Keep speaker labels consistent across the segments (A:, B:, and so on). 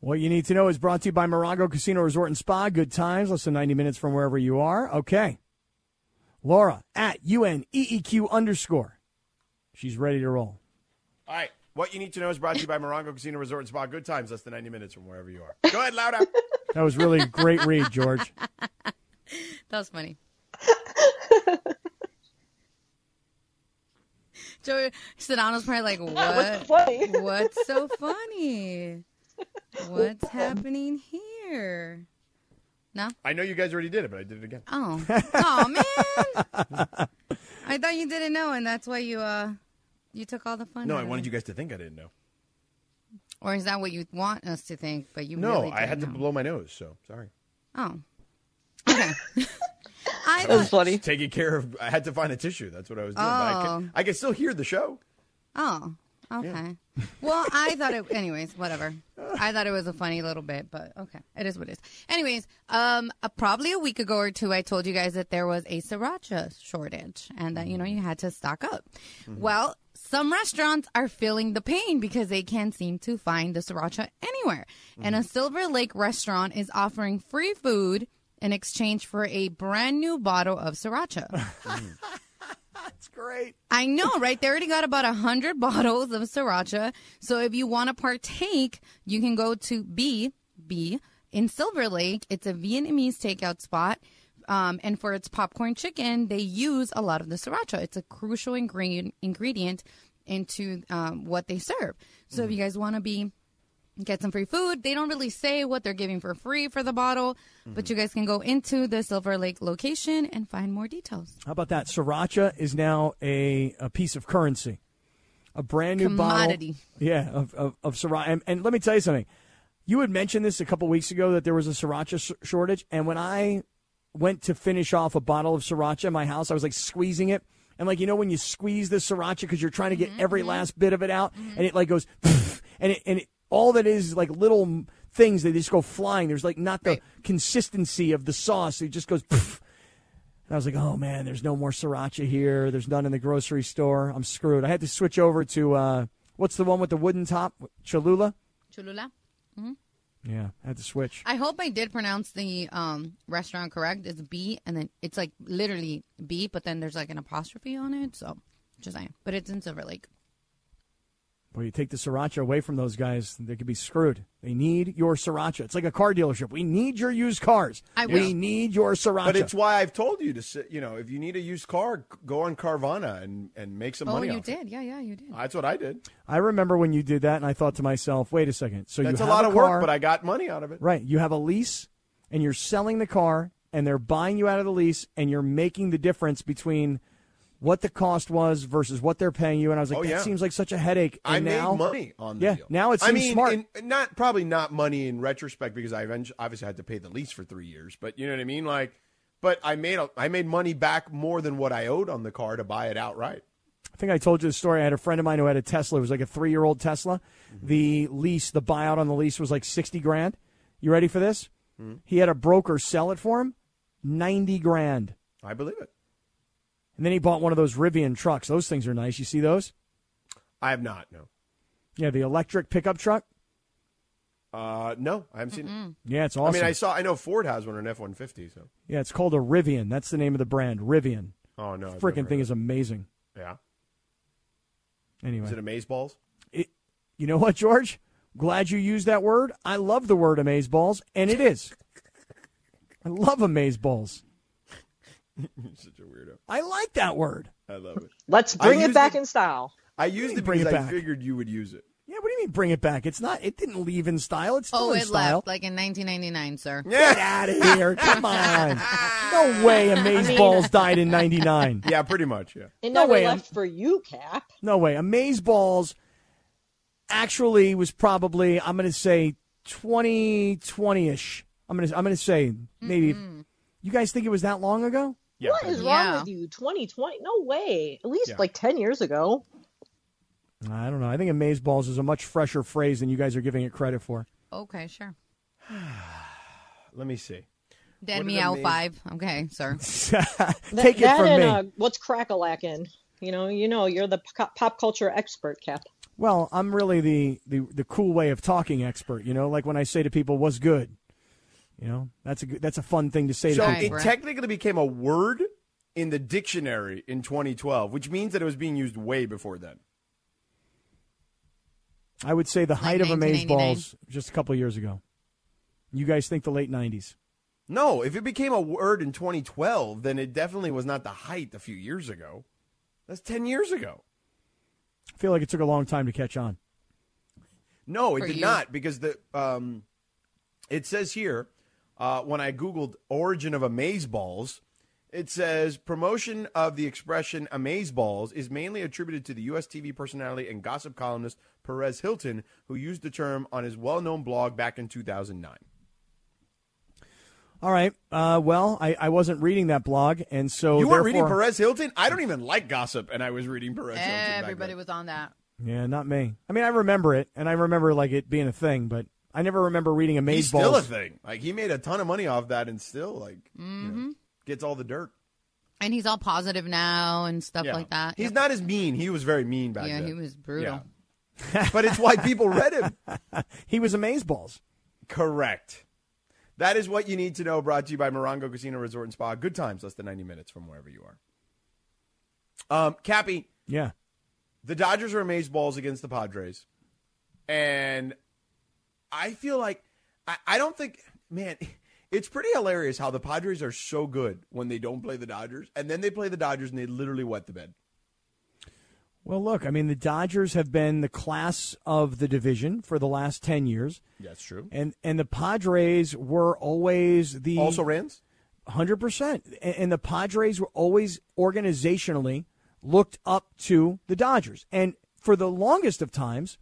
A: What you need to know is brought to you by Morongo Casino Resort and Spa. Good times, less than 90 minutes from wherever you are. Okay. Laura at UNEEQ E underscore. She's ready to roll.
B: All right. What you need to know is brought to you by Morongo Casino Resort and Spa. Good times, less than 90 minutes from wherever you are. Go ahead, Laura.
A: That was really a great read, George.
C: That was funny. Joe Sedano's probably like,
D: What's
C: what?
D: funny?
C: What's so funny? What's happening here?
B: I know you guys already did it, but I did it again.
C: Oh, oh man! I thought you didn't know, and that's why you uh, you took all the fun.
B: No,
C: out
B: I
C: of
B: wanted
C: it.
B: you guys to think I didn't know.
C: Or is that what you want us to think? But you
B: No,
C: really
B: I had to
C: didn't know.
B: blow my nose, so sorry.
C: Oh, okay. I
D: That was
C: thought,
D: funny.
B: Taking care of, I had to find a tissue. That's what I was doing. But I, can,
C: Oh.
B: I can still hear the show.
C: oh, okay. Well, I thought it. Anyways, whatever. I thought it was a funny little bit, but okay, it is what it is. Anyways, um, uh, probably a week ago or two, I told you guys that there was a sriracha shortage, and that you know you had to stock up. Well. Some restaurants are feeling the pain because they can't seem to find the sriracha anywhere. And a Silver Lake restaurant is offering free food in exchange for a brand new bottle of sriracha.
A: That's great.
C: I know, right? They already got about 100 bottles of sriracha. So if you want to partake, you can go to B, B in Silver Lake. It's a Vietnamese takeout spot. Um, and for its popcorn chicken, they use a lot of the sriracha. It's a crucial ingredient ingredient into um, what they serve. So if you guys want to be get some free food. They don't really say what they're giving for free for the bottle, but you guys can go into the Silver Lake location and find more details.
A: How about that? Sriracha is now a, a piece of currency, a brand new
C: Commodity.
A: bottle. Yeah, of, of, of sriracha. And, and let me tell you something. You had mentioned this a couple weeks ago that there was a sriracha s- shortage. And when I went to finish off a bottle of sriracha in my house, I was like squeezing it. And like, you know, when you squeeze the sriracha because you're trying to get every last bit of it out and it like goes, and it, and it, all that is is like little m- things that just go flying. There's like not the consistency of the sauce. It just goes, and I was like, oh man, there's no more sriracha here. There's none in the grocery store. I'm screwed. I had to switch over to uh, what's the one with the wooden top? Cholula?
C: Cholula.
A: Yeah, I had to switch.
C: I hope I did pronounce the um, restaurant correct. It's B, and then it's like literally B, but then there's like an apostrophe on it. So just saying. But it's in Silver Lake.
A: Well, you take the sriracha away from those guys, they could be screwed. They need your sriracha. It's like a car dealership. We need your used cars.
C: I
A: we
C: will.
A: need your sriracha.
B: But it's why I've told you to sit. You know, if you need a used car, g- go on Carvana and and make some
C: Oh,
B: money.
C: you
B: off it.
C: did. Yeah, yeah, you did.
B: That's what I did.
A: I remember when you did that, and I thought to myself, wait a second. So
B: That's
A: you
B: a
A: have
B: lot of work,
A: car-
B: but I got money out of it.
A: Right. You have a lease and you're selling the car and they're buying you out of the lease and you're making the difference between what the cost was versus what they're paying you. And I was like,
B: Oh,
A: that
B: yeah.
A: seems like such a headache.
B: I
A: And
B: made
A: now,
B: money on the
A: yeah,
B: deal.
A: now it
B: I
A: seems
B: mean,
A: smart.
B: in- not probably not money in retrospect because I eventu- obviously had to pay the lease for three years. But you know what I mean. Like, but I made a, I made money back more than what I owed on the car to buy it outright.
A: I think I told you the story. I had a friend of mine who had a Tesla. It was like a three year old Tesla.
B: Mm-hmm.
A: The lease, the buyout on the lease was like 60 grand. You ready for this?
B: Mm-hmm.
A: He had a broker sell it for him 90 grand.
B: I believe it.
A: And then he bought one of those Rivian trucks. Those things are nice. You see those?
B: I have not. No.
A: Yeah, the electric pickup truck.
B: Uh, no, I haven't seen. It.
A: Yeah, it's
B: I
A: awesome.
B: mean, I saw. I know Ford has one an F one fifty. So.
A: Yeah, it's called a Rivian. That's the name of the brand. Rivian.
B: Oh no. I've never
A: Freaking thing
B: heard
A: is amazing.
B: of it. Yeah.
A: Anyway,
B: Is it amaze balls?
A: it- you know what, George? Glad you used that word. I love the word amazeballs, and it is. I love amazeballs.
B: Such a weirdo.
A: I like that word.
B: I love it.
D: Let's
B: I
D: bring
B: used
D: it back
B: it-
D: in style.
B: I used it
A: Bring
B: because
A: it
B: I
A: back.
B: figured you would use it.
A: Yeah, what do you mean bring it back? It's not. It didn't leave in style. It's still
C: Oh,
A: in
C: it
A: style.
C: left like in 1999, sir.
A: Get out of here! Come on. No way. Amazeballs died in '99.
B: Yeah, pretty much. Yeah.
D: It
A: No
D: never
A: way, I'm-
D: left for you, Cap.
A: No way. Amazeballs actually was probably, I'm going to say, 2020 ish. I'm gonna I'm gonna say maybe. You guys think it was that long ago?
B: Yeah.
D: What is
C: Yeah.
D: wrong with you? 2020? No way. At least
B: Yeah.
D: like 10 years ago.
A: I don't know. I think amazeballs is a much fresher phrase than you guys are giving it credit for.
C: Okay, sure.
B: Let me see.
C: Dead
B: What
C: me
B: an
C: out
B: amaz-
C: five. Okay, sir.
D: That,
A: Take it
D: that
A: from
D: and,
A: me.
D: Uh, what's crack-a-lackin'? You know, you know, you're the pop, pop culture expert, Cap.
A: Well, I'm really the, the the cool way of talking expert. You know, like when I say to people, "What's good," you know, that's a good- that's a fun thing to say
B: So
A: to
C: Right,
A: people.
B: it
C: Brett.
B: technically became a word in the dictionary in 2012, which means that it was being used way before then.
A: I would say the height of
C: 1999.
A: amazeballs just a couple years ago. You guys think the late '90s?
B: No, if it became a word in 2012, then it definitely was not the height a few years ago. That's 10 years ago.
A: I feel like it took a long time to catch on.
B: No, it
C: For
B: did
C: you.
B: not because the um, it says here uh, when I googled origin of amazeballs, it says promotion of the expression amazeballs is mainly attributed to the U.S. TV personality and gossip columnist Perez Hilton, who used the term on his well-known blog back in 2009.
A: All right. Uh, well, I, I wasn't reading that blog, and so
B: you weren't reading
A: Oh, therefore-
B: Perez Hilton? I don't even like gossip, and I was reading Perez Hilton. back
C: Everybody
B: then.
C: was on that.
A: Yeah, not me. I mean, I remember it, and I remember like it being a thing, but I never remember reading
B: He's still a
A: amazeballs.
B: thing. Like he made a ton of money off that, and still like you
C: Mm-hmm.
B: know, gets all the dirt.
C: And he's all positive now and stuff
B: Yeah.
C: like that.
B: He's
C: Yep.
B: not as mean. He was very mean back
C: Yeah,
B: then.
C: he was brutal.
B: Yeah. but it's why people read him.
A: He was amazeballs.
B: Correct. That is what you need to know. Brought to you by Morongo Casino Resort and Spa. Good times, less than ninety minutes from wherever you are. Um, Cappy,
A: Yeah.
B: the Dodgers are amazed balls against the Padres, and I feel like I, I don't think, man, it's pretty hilarious how the Padres are so good when they don't play the Dodgers, and then they play the Dodgers and they literally wet the bed.
A: Well, look, I mean, the Dodgers have been the class of the division for the last 10 years.
B: That's true.
A: And and the Padres were always the
B: Also, Rands.
A: 100%. And, and the Padres were always organizationally looked up to the Dodgers. And for the longest of times,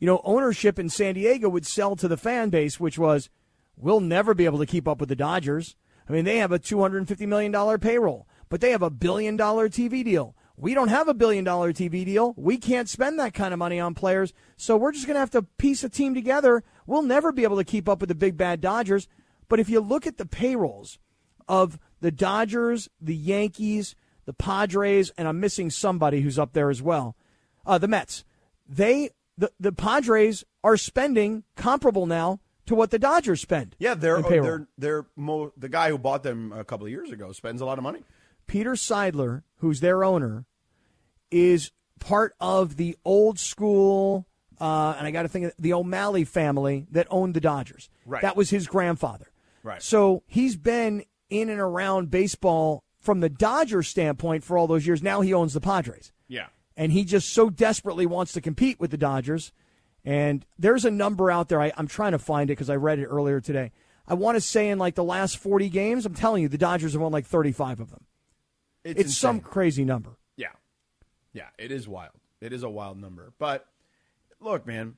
A: you know, ownership in San Diego would sell to the fan base, which was, we'll never be able to keep up with the Dodgers. I mean, they have a $250 million payroll, but they have a billion dollar TV deal. We don't have a billion dollar TV deal. We can't spend that kind of money on players. So we're just going to have to piece a team together. We'll never be able to keep up with the big bad Dodgers. But if you look at the payrolls of the Dodgers, the Yankees, the Padres, and I'm missing somebody who's up there as well, uh, the Mets they the, the Padres are spending comparable now to what the Dodgers spend.
B: Yeah, they're oh,
A: in payroll.
B: they're they're mo- the guy who bought them a couple of years ago spends a lot of money.
A: Peter Seidler, who's their owner, is part of the old school. Uh, and I got to think of the O'Malley family that owned the Dodgers.
B: Right.
A: That was his grandfather.
B: Right.
A: So he's been in and around baseball from the Dodgers standpoint for all those years. Now he owns the Padres.
B: Yeah.
A: and he just so desperately wants to compete with the Dodgers. And there's a number out there. I, I'm trying to find it because I read it earlier today. I want to say in like the last 40 games, I'm telling you, the Dodgers have won like 35 of them.
B: It's,
A: It's, some
B: insane.
A: crazy number.
B: Yeah. Yeah, it is wild. It is a wild number. But look, man,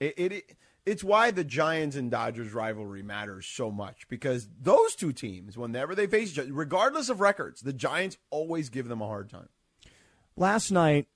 B: it, it it's why the Giants and Dodgers rivalry matters so much because those two teams, whenever they face each other, regardless of records, the Giants always give them a hard time.
A: Last night,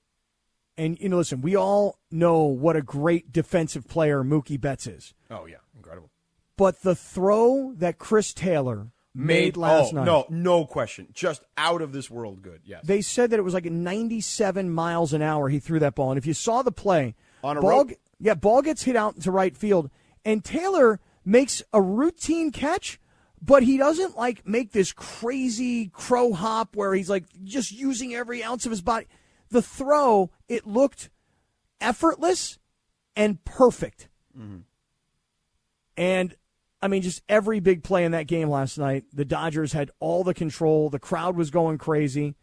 A: and you know, listen, we all know what a great defensive player Mookie Betts is,
B: Oh yeah, incredible.
A: but the throw that Chris Taylor made, last
B: oh,
A: night.
B: No, no question. Just out of this world good. Yes.
A: They said that it was like 97 miles an hour he threw that ball. And if you saw the play,
B: On a
A: ball,
B: rope?
A: yeah, ball gets hit out to right field, and Taylor makes a routine catch, but he doesn't like make this crazy crow hop where he's like just using every ounce of his body. The throw, it looked effortless and perfect.
B: Mm-hmm.
A: And I mean, just every big play in that game last night, the Dodgers had all the control. The crowd was going crazy.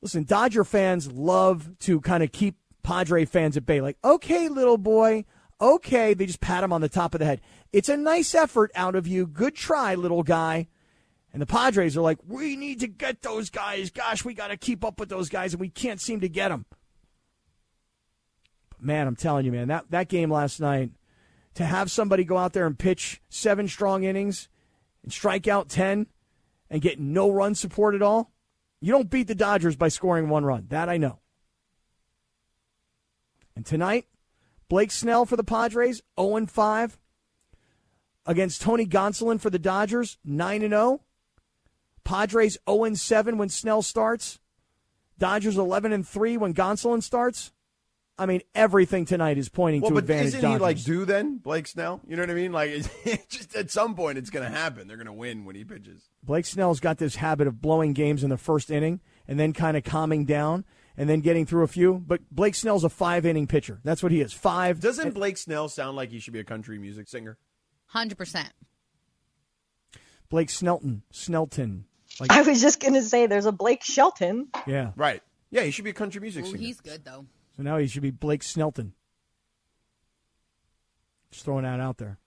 A: Listen, Dodger fans love to kind of keep Padre fans at bay. Like, okay, little boy. Okay. They just pat him on the top of the head. It's a nice effort out of you. Good try, little guy. And the Padres are like, we need to get those guys. Gosh, we got to keep up with those guys, and we can't seem to get them. But man, I'm telling you, man, that, that game last night to have somebody go out there and pitch seven strong innings and strike out 10 and get no run support at all, you don't beat the Dodgers by scoring one run. That I know. And tonight, Blake Snell for the Padres, 0 5. Against Tony Gonsolin for the Dodgers, 9 0. Padres 0 7 when Snell starts. Dodgers 11 and 3 when Gonsolin starts. I mean, everything tonight is pointing
B: Well,
A: to
B: but
A: advantage
B: isn't
A: Dodgers.
B: he like due then, Blake Snell? You know what I mean? Like, it's just at some point, it's going to happen. They're going to win when he pitches.
A: Blake Snell's got this habit of blowing games in the first inning and then kind of calming down and then getting through a few. But Blake Snell's a five inning pitcher. That's what he is. Five.
B: Doesn't Blake Snell sound like he should be a country music singer?
C: Hundred percent.
A: Blake Snelton. Snelton. Like,
D: I was just gonna say there's a Blake Shelton.
A: yeah.
B: Right. Yeah, he should be a country music
C: Ooh,
B: singer.
C: he's good though.
A: So now he should be Blake Snelton. Just throwing that out there.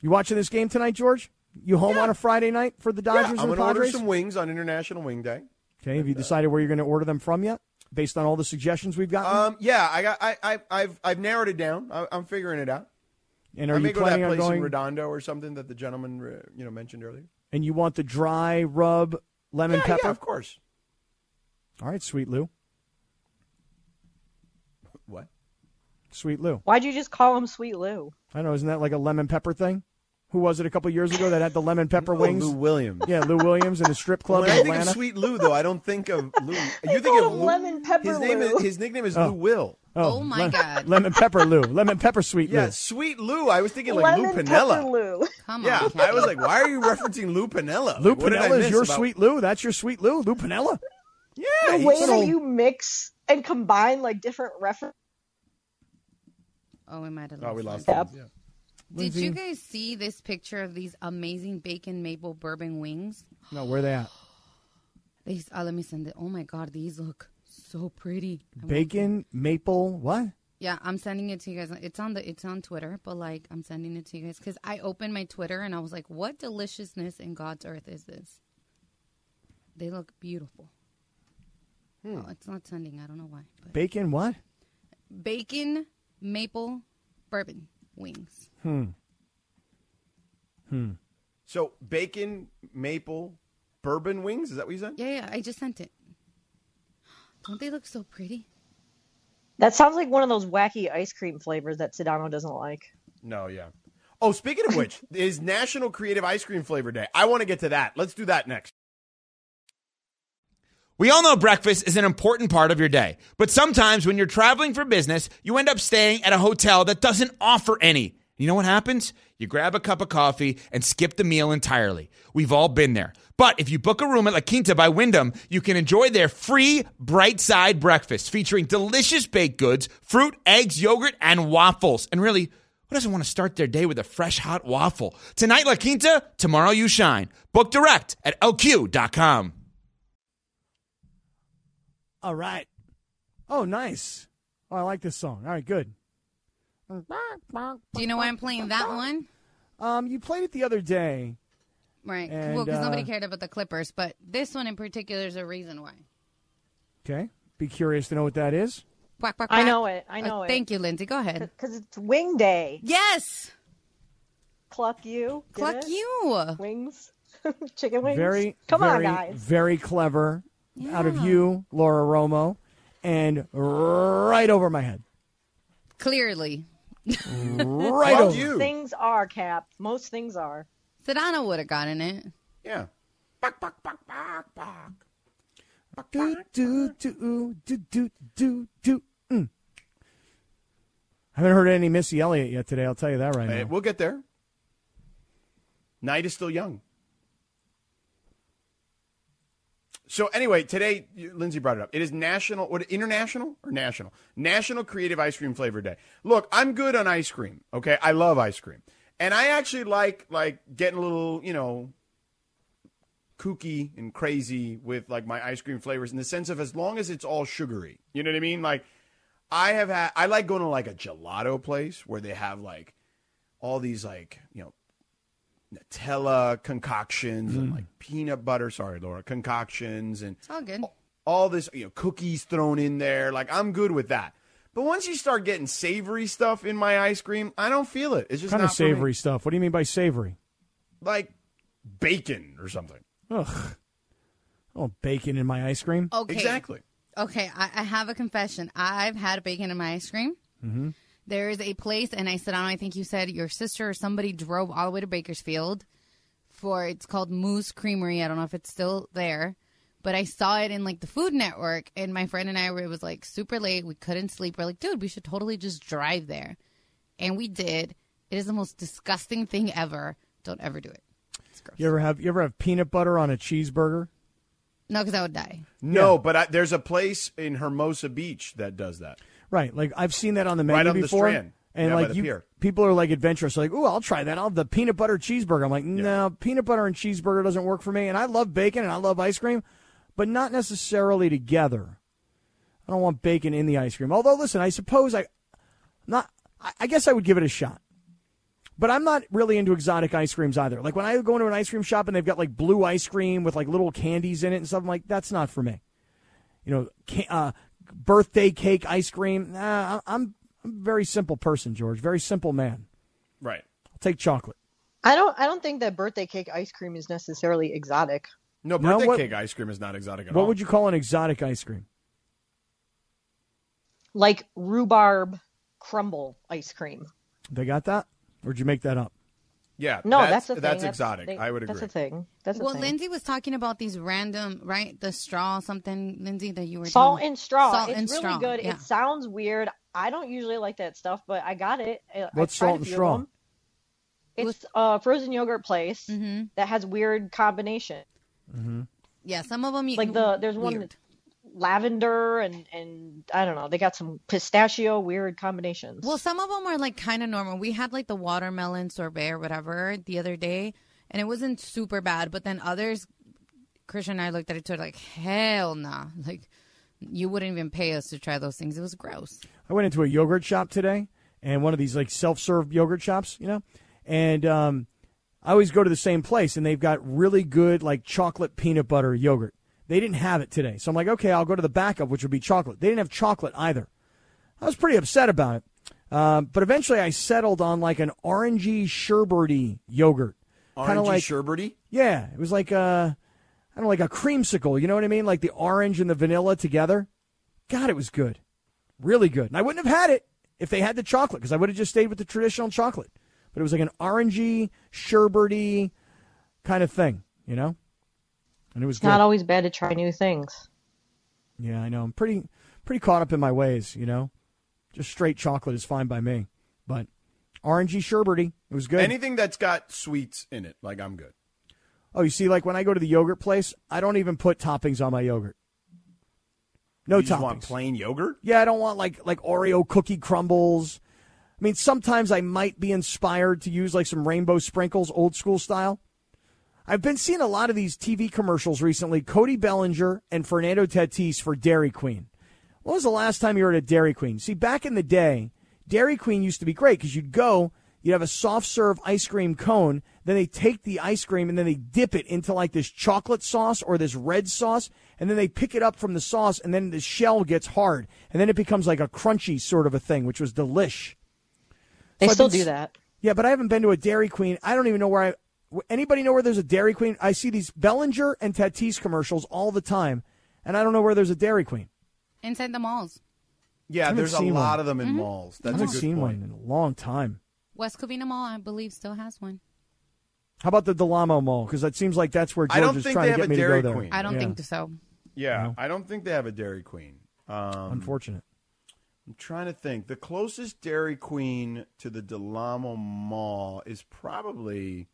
A: You watching this game tonight, George? You home on a Friday night for the
B: Yeah,
A: Dodgers
B: I'm
A: and the
B: gonna order
A: Padres?
B: some wings on International Wing Day.
A: okay, have you decided where you're going to order them from yet? Based on all the suggestions we've gotten,
B: Um, yeah, I got, I, I, I've, I've narrowed it down. I, I'm figuring it out.
A: and are
B: I may
A: you
B: go to that
A: planning on
B: place in
A: going?
B: Redondo or something that the gentleman, uh, you know, mentioned earlier.
A: and you want the dry rub lemon
B: Yeah,
A: pepper?
B: yeah, of course.
A: All right, sweet Lou,
B: What?
A: sweet Lou.
D: Why'd you just call him Sweet Lou?
A: I know, isn't that like a lemon pepper thing? Who was it a couple years ago that had the lemon pepper wings?
B: Oh, Lou Williams.
A: Yeah, Lou Williams in the strip club
B: when
A: in
B: I think
A: Atlanta.
B: of Sweet Lou, though, I don't think of Lou. You think
D: called
B: of
D: him
B: Lou,
D: Lemon Pepper
B: His name
D: Lou.
B: is his nickname is Lou Will.
C: Oh, my God.
A: Lemon pepper Lou, lemon pepper sweet
B: Yeah,
A: Lou.
B: Sweet Lou. I was thinking like
D: Lemon
B: Lou
D: Pepper
B: Pinella.
D: Lou.
C: Come
B: Yeah,
C: on.
B: I was like, why are you referencing Lou Pinella?
A: Lou
B: Like, what did I
A: Pinella is
B: miss
A: your
B: about-
A: sweet Lou. That's your sweet Lou, Lou Pinella.
B: Yeah,
D: The
B: he's
D: way
B: so-
D: that you mix and combine like different references.
C: Oh, we might have.
B: Oh, we
C: lost
B: lost.
C: him.
D: Yep.
B: him.
C: Did
A: Lindsay.
C: you guys see this picture of these amazing bacon maple bourbon wings?
A: No, where they at?
C: These. Oh, let me send it. Oh my God, these look so pretty. I want-
A: Bacon, maple, what?
C: Yeah, I'm sending it to you guys. It's on the it's on Twitter, but like I'm sending it to you guys because I opened my Twitter and I was like, "What deliciousness in God's earth is this?" They look beautiful. Oh, it's not sending. I don't know why. But
A: Bacon, what?
C: bacon maple bourbon wings.
B: So bacon, maple, bourbon wings. Is that what you said?
C: Yeah, yeah. I just sent it. Don't they look so pretty?
D: That sounds like one of those wacky ice cream flavors that Sedano doesn't like.
B: No, yeah. Oh, speaking of which, is National Creative Ice Cream Flavor Day. I want to get to that. Let's do that next.
E: We all know breakfast is an important part of your day, but sometimes when you're traveling for business, you end up staying at a hotel that doesn't offer any. You know what happens? You grab a cup of coffee and skip the meal entirely. We've all been there. But if you book a room at La Quinta by Wyndham, you can enjoy their free bright side breakfast featuring delicious baked goods, fruit, eggs, yogurt, and waffles. And really, who doesn't want to start their day with a fresh hot waffle? Tonight, La Quinta, tomorrow, you shine. Book direct at lq.com.
A: All right. Oh, nice. Oh, I like this song. All right, good.
C: Do you know why I'm playing that one?
A: Um, you played it the other day.
C: Right.
A: And,
C: well, because nobody
A: uh,
C: cared about the Clippers, but this one in particular is a reason why.
A: Okay. Be curious to know what that is.
C: Quack, quack,
D: I
C: quack.
D: know it. I
C: Uh,
D: know it.
C: Thank you, Lindsay. Go ahead.
D: Because it's Wing Day.
C: Yes.
D: Cluck you. did
C: Cluck
D: it?
C: you.
D: Wings. Chicken wings.
A: Very,
D: Come
A: very,
D: on, guys.
A: very clever out of you, Laura Romo, and right over my head.
C: Clearly.
A: Right
B: Fuck
A: over.
B: you.
D: Things are cap. Most things are.
C: Sedano would have gotten it.
B: Yeah. Buck, buck, buck, buck, buck.
A: Do do do do do do do. Mm. I haven't heard any Missy Elliott yet today. I'll tell you that right
B: Hey,
A: now.
B: Uh, we'll get there. Night is still young. So anyway, today you- Lindsay brought it up. It is national, what international or national? National Creative Ice Cream Flavor Day. Look, I'm good on ice cream. Okay, I love ice cream, and I actually like like getting a little, you know, kooky and crazy with like my ice cream flavors in the sense of as long as it's all sugary. You know what I mean? Like I have had, I like going to like a gelato place where they have like all these like you know Nutella concoctions and like peanut butter. Sorry, Laura, concoctions and
C: It's all good.
B: all this you know cookies thrown in there. Like I'm good with that. But once you start getting savory stuff in my ice cream, I don't feel it. It's just
A: kind
B: not
A: of
B: for me.
A: savory stuff. What do you mean by savory?
B: like bacon or something.
A: Ugh. Oh, bacon in my ice cream.
B: Oh.
C: Okay.
B: Exactly.
C: Okay, I, I have a confession. I've had bacon in my ice cream. Mm-hmm. is a place, and I said, I think you said your sister or somebody drove all the way to Bakersfield for it's called Moose Creamery. I don't know if it's still there, but I saw it in like the Food Network, and my friend and I were, it was like super late. We couldn't sleep. We're like, dude, we should totally just drive there. And we did. It is the most disgusting thing ever. Don't ever do it. It's gross.
A: You ever have you ever have peanut butter on a cheeseburger?
C: no, because I would die.
B: No, but I, there's a place in Hermosa Beach that does that.
A: Right. Like I've seen that on the menu
B: Right on the
A: before.
B: Strand.
A: And
B: Yeah, by
A: like
B: the
A: you,
B: pier.
A: people are like adventurous, like, "Ooh, I'll try that. I'll have the peanut butter cheeseburger." I'm like, "No, peanut butter and cheeseburger doesn't work for me." And I love bacon and I love ice cream, but not necessarily together. I don't want bacon in the ice cream. Although, listen, I suppose I, not, I I guess I would give it a shot. But I'm not really into exotic ice creams either. Like when I go into an ice cream shop and they've got like blue ice cream with like little candies in it and stuff, I'm like, that's not for me. You know, ca- uh, birthday cake ice cream. Nah, I- I'm, I'm a very simple person, George. Very simple man.
B: Right.
A: I'll take chocolate.
D: I don't. I don't think that birthday cake ice cream is necessarily exotic.
B: No,
A: No,
B: birthday
A: what-
B: cake ice cream is not exotic at all.
A: What would you call an exotic ice cream?
D: Like rhubarb crumble ice cream.
A: They got that? Or did you make that up?
B: Yeah.
D: No,
B: that's
D: that's a thing.
B: that's exotic.
D: they-
B: I would agree.
D: That's a thing. That's a
C: Well,
D: thing.
C: Lindsay was talking about these random, right? The straw something, Lindsay, that you were
D: Salt
C: doing.
D: and straw.
C: Salt
D: it's
C: and
D: really
C: straw,
D: good.
C: yeah.
D: It sounds weird. I don't usually like that stuff, but I got it. I- I
A: What's
D: tried a
A: salt and
D: few of
A: straw?
D: them. It's a frozen yogurt place
C: Mm-hmm.
D: that has weird combination.
C: Yeah, some of them you
D: Like the there's one
C: weird.
D: lavender and and I don't know. They got some pistachio weird combinations.
C: Well, some of them are like kind of normal. We had like the watermelon sorbet or whatever the other day, and it wasn't super bad. But then others, Christian and I looked at each other like, hell nah, like you wouldn't even pay us to try those things. It was gross.
A: I went into a yogurt shop today, and one of these like self-serve yogurt shops, you know, and um, I always go to the same place, and they've got really good like chocolate peanut butter yogurt. They didn't have it today, so I'm like, okay, I'll go to the backup, which would be chocolate. They didn't have chocolate either. I was pretty upset about it, um, but eventually I settled on like an orangey sherbety yogurt, kind
B: Orangey
A: of like
B: sherbety?
A: yeah, it was like a, I don't know, like a creamsicle. You know what I mean? Like the orange and the vanilla together. God, it was good, really good. And I wouldn't have had it if they had the chocolate because I would have just stayed with the traditional chocolate. But it was like an orangey, sherbety kind of thing, you know. And it was
D: it's
A: good.
D: not always bad to try new things.
A: yeah, I know. I'm pretty, pretty caught up in my ways, you know. Just straight chocolate is fine by me, but orangey, sherbety, it was good.
B: Anything that's got sweets in it, like I'm good.
A: Oh, you see, like when I go to the yogurt place, I don't even put toppings on my yogurt. No
B: you
A: toppings.
B: just want plain yogurt?
A: yeah, I don't want like like Oreo cookie crumbles. I mean, sometimes I might be inspired to use like some rainbow sprinkles, old school style. I've been seeing a lot of these TV commercials recently. Cody Bellinger and Fernando Tatis for Dairy Queen. When was the last time you were at a Dairy Queen? See, back in the day, Dairy Queen used to be great because you'd go, you'd have a soft serve ice cream cone, then they take the ice cream and then they dip it into like this chocolate sauce or this red sauce, and then they pick it up from the sauce, and then the shell gets hard, and then it becomes like a crunchy sort of a thing, which was delish.
D: They
A: So I've
D: still
A: been
D: do
A: s-
D: that.
A: Yeah, but I haven't been to a Dairy Queen. I don't even know where I. w- Anybody know where there's a Dairy Queen? I see these Bellinger and Tatis commercials all the time, and I don't know where there's a Dairy Queen.
C: Inside the malls,
B: Yeah,
A: haven't
B: there's a
A: seen
B: lot
A: one.
B: of them in
D: Mm-hmm.
A: I
B: malls. That's a
A: haven't
B: good
A: seen
B: point.
A: one in a long time.
C: West Covina Mall, I believe, still has one.
A: How about the Delamo Mall? Because it seems like that's where
B: I don't
A: George is
B: think
A: trying
B: they
A: to get
B: have a
A: me to go
B: Dairy
A: there.
B: Queen.
C: I don't
A: Yeah.
C: think so.
B: Yeah, I don't think they have a Dairy Queen. Um,
A: Unfortunate.
B: I'm trying to think. The closest Dairy Queen to the Delamo Mall is probably.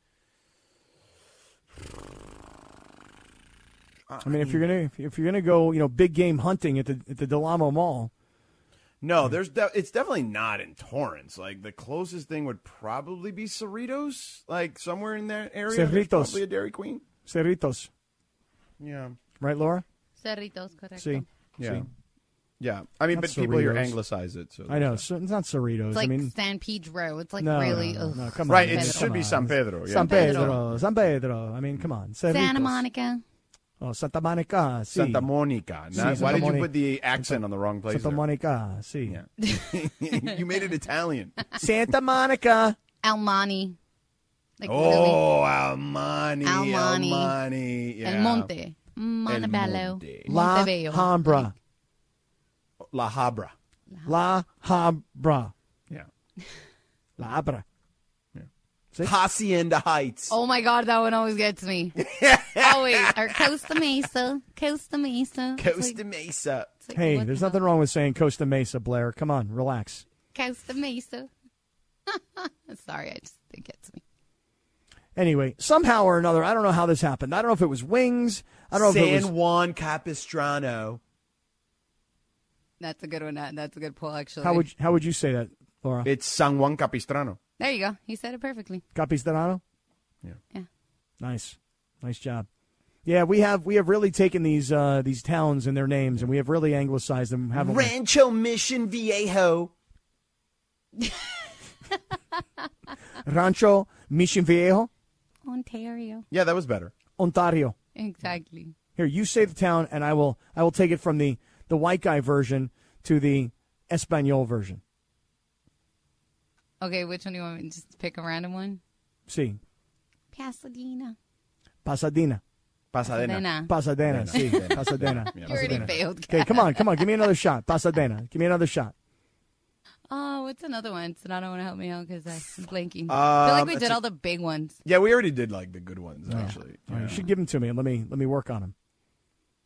B: uh,
A: I mean, if you're gonna if- if you're gonna go, you know, big game hunting at the at the Delamo Mall,
B: No, there's de- it's definitely not in Torrance. Like the closest thing would probably be Cerritos, like somewhere in that area. there's
A: Cerritos.
B: probably a Dairy Queen.
A: Cerritos,
B: Yeah,
A: right, Laura?
C: Cerritos, correcto.
A: See,
B: yeah, yeah. I mean,
A: Not
B: but people here
A: Cerritos.
B: anglicize it. So
A: I know so, it's not Cerritos.
C: It's like
A: I mean,
C: San Pedro. It's like
A: no,
C: really
A: no, no,
C: ugh.
A: come on,
B: Right,
A: man,
B: it
C: Pedro.
B: should be
A: come on.
B: San Pedro. Yeah.
A: San Pedro, San Pedro. I mean, come on, Cerritos.
C: Santa Monica.
A: Oh, Santa Monica. Si.
B: Santa Monica. Not-
A: Santa
B: why did you
A: Moni-
B: put the accent on the wrong place?
A: Santa
B: there?
A: Monica. Si.
B: Yeah. you made it Italian.
A: Santa Monica.
C: Almani. Like Philly.
B: Oh, Almani,
C: Almani.
B: Almani, yeah.
C: El Monte. Montebello.
B: Monte.
A: La
C: Montebello.
A: Hambra.
B: La Habra.
A: La Hambra.
B: Yeah.
A: La Habra.
B: Hacienda Heights.
C: Oh my God, that one always gets me. always. Or Costa Mesa. Costa
A: Oh,
C: Mesa. It's
B: Costa
C: like-
B: Mesa.
C: it's like,
A: Hey,
C: what
A: there's
C: the-
A: nothing wrong with saying Costa Mesa, Blair. Come on, relax.
C: Costa Mesa. Sorry, I just, it gets me.
A: Anyway, somehow or another, I don't know how this happened. I don't know if it was wings. I don't know if it was.
B: Juan Capistrano.
C: That's a good one. uh, That's a good pull, actually.
A: How would how would you say that, Laura?
B: It's San Juan Capistrano.
C: there you go. He said it perfectly.
A: Capistrano.
C: Yeah.
A: Nice, nice job. Yeah, we have we have really taken these uh, these towns and their names, and we have really anglicized them, haven't we?
B: Rancho Mission Viejo.
A: Rancho Mission Viejo,
C: Ontario.
B: Yeah, that was better.
A: Ontario.
C: Exactly.
A: Here, you say the town, and I will I will take it from the the white guy version to the Espanol version.
C: Okay, which one do you want me to just pick a random one?
A: See,
C: Pasadena.
A: Pasadena,
B: Pasadena.
C: Pasadena.
A: Pasadena, see, Pasadena.
B: Yeah.
C: You already failed.
A: Okay, come on, come on, give me another shot, Pasadena. Give me another shot.
C: Oh, what's another one? So I don't want to help me out because I'm blanking. I feel
B: Um,
C: like we
B: it's
C: did
B: a-
C: all the big ones.
B: Yeah, we already did like the good ones actually.
A: All right, you should give them to me. and Let me let me work on them.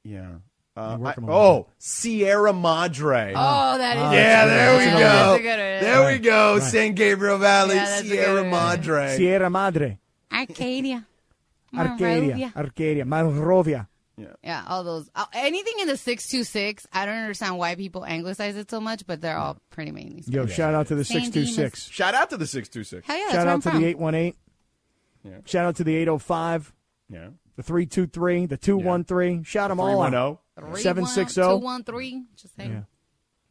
B: Yeah. Uh,
A: We're working
B: I-
A: on Ah,
B: oh, Sierra Madre.
A: Uh,
C: Oh, that is.
B: yeah, there we
C: Yeah,
B: go.
C: that's a good one.
B: There we go. San Gabriel Valley,
C: Yeah, that's a good
B: Sierra
C: one.
B: Madre.
A: Sierra Madre,
C: Arcadia.
A: Arcadia,
C: Monrovia.
A: Arcadia, Monrovia.
C: Yeah, all those. uh, Anything in the 626, I don't understand why people anglicize it so much, but they're all pretty mainly.
A: Yo, shout out to the
C: San
A: six two six.
B: Shout out to the 626.
C: Hell yeah, that's
A: Shout
C: where
A: out
C: I'm
A: to
C: from.
A: the eight one eight.
B: Yeah.
A: Shout out to the eight oh five.
B: Yeah.
A: the 323, the 213. Shout them all out.
B: 310.
A: 760.
C: 213. Just saying.
A: Yeah.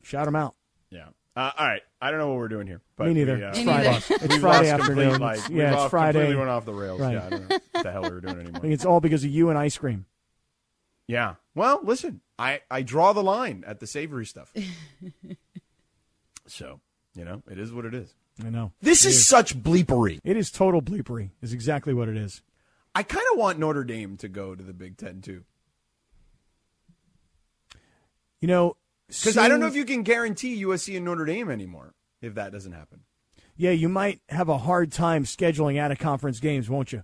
A: Shout them out.
B: Yeah. Uh, all right. I don't know what we're doing here. But
A: Me neither.
B: We, uh,
A: It's
C: Me
A: Friday.
C: neither.
A: It's Friday
B: we lost complete,
A: afternoon.
B: Like, we
A: yeah, it's
B: lost-
A: Friday.
B: Completely went off the rails.
A: Right.
B: Yeah, I don't know what the hell we were doing
A: I think
B: anymore.
A: it's all because of you and ice cream.
B: Yeah. Well, listen, I, I draw the line at the savory stuff. so, you know, it is what it is.
A: I know.
B: This is such bleepery.
A: It is total bleepery, is exactly what it is.
B: I kind of want Notre Dame to go to the Big Ten, too.
A: You know,
B: Because I don't know if you can guarantee USC and Notre Dame anymore if that doesn't happen.
A: Yeah, you might have a hard time scheduling out of conference games, won't you?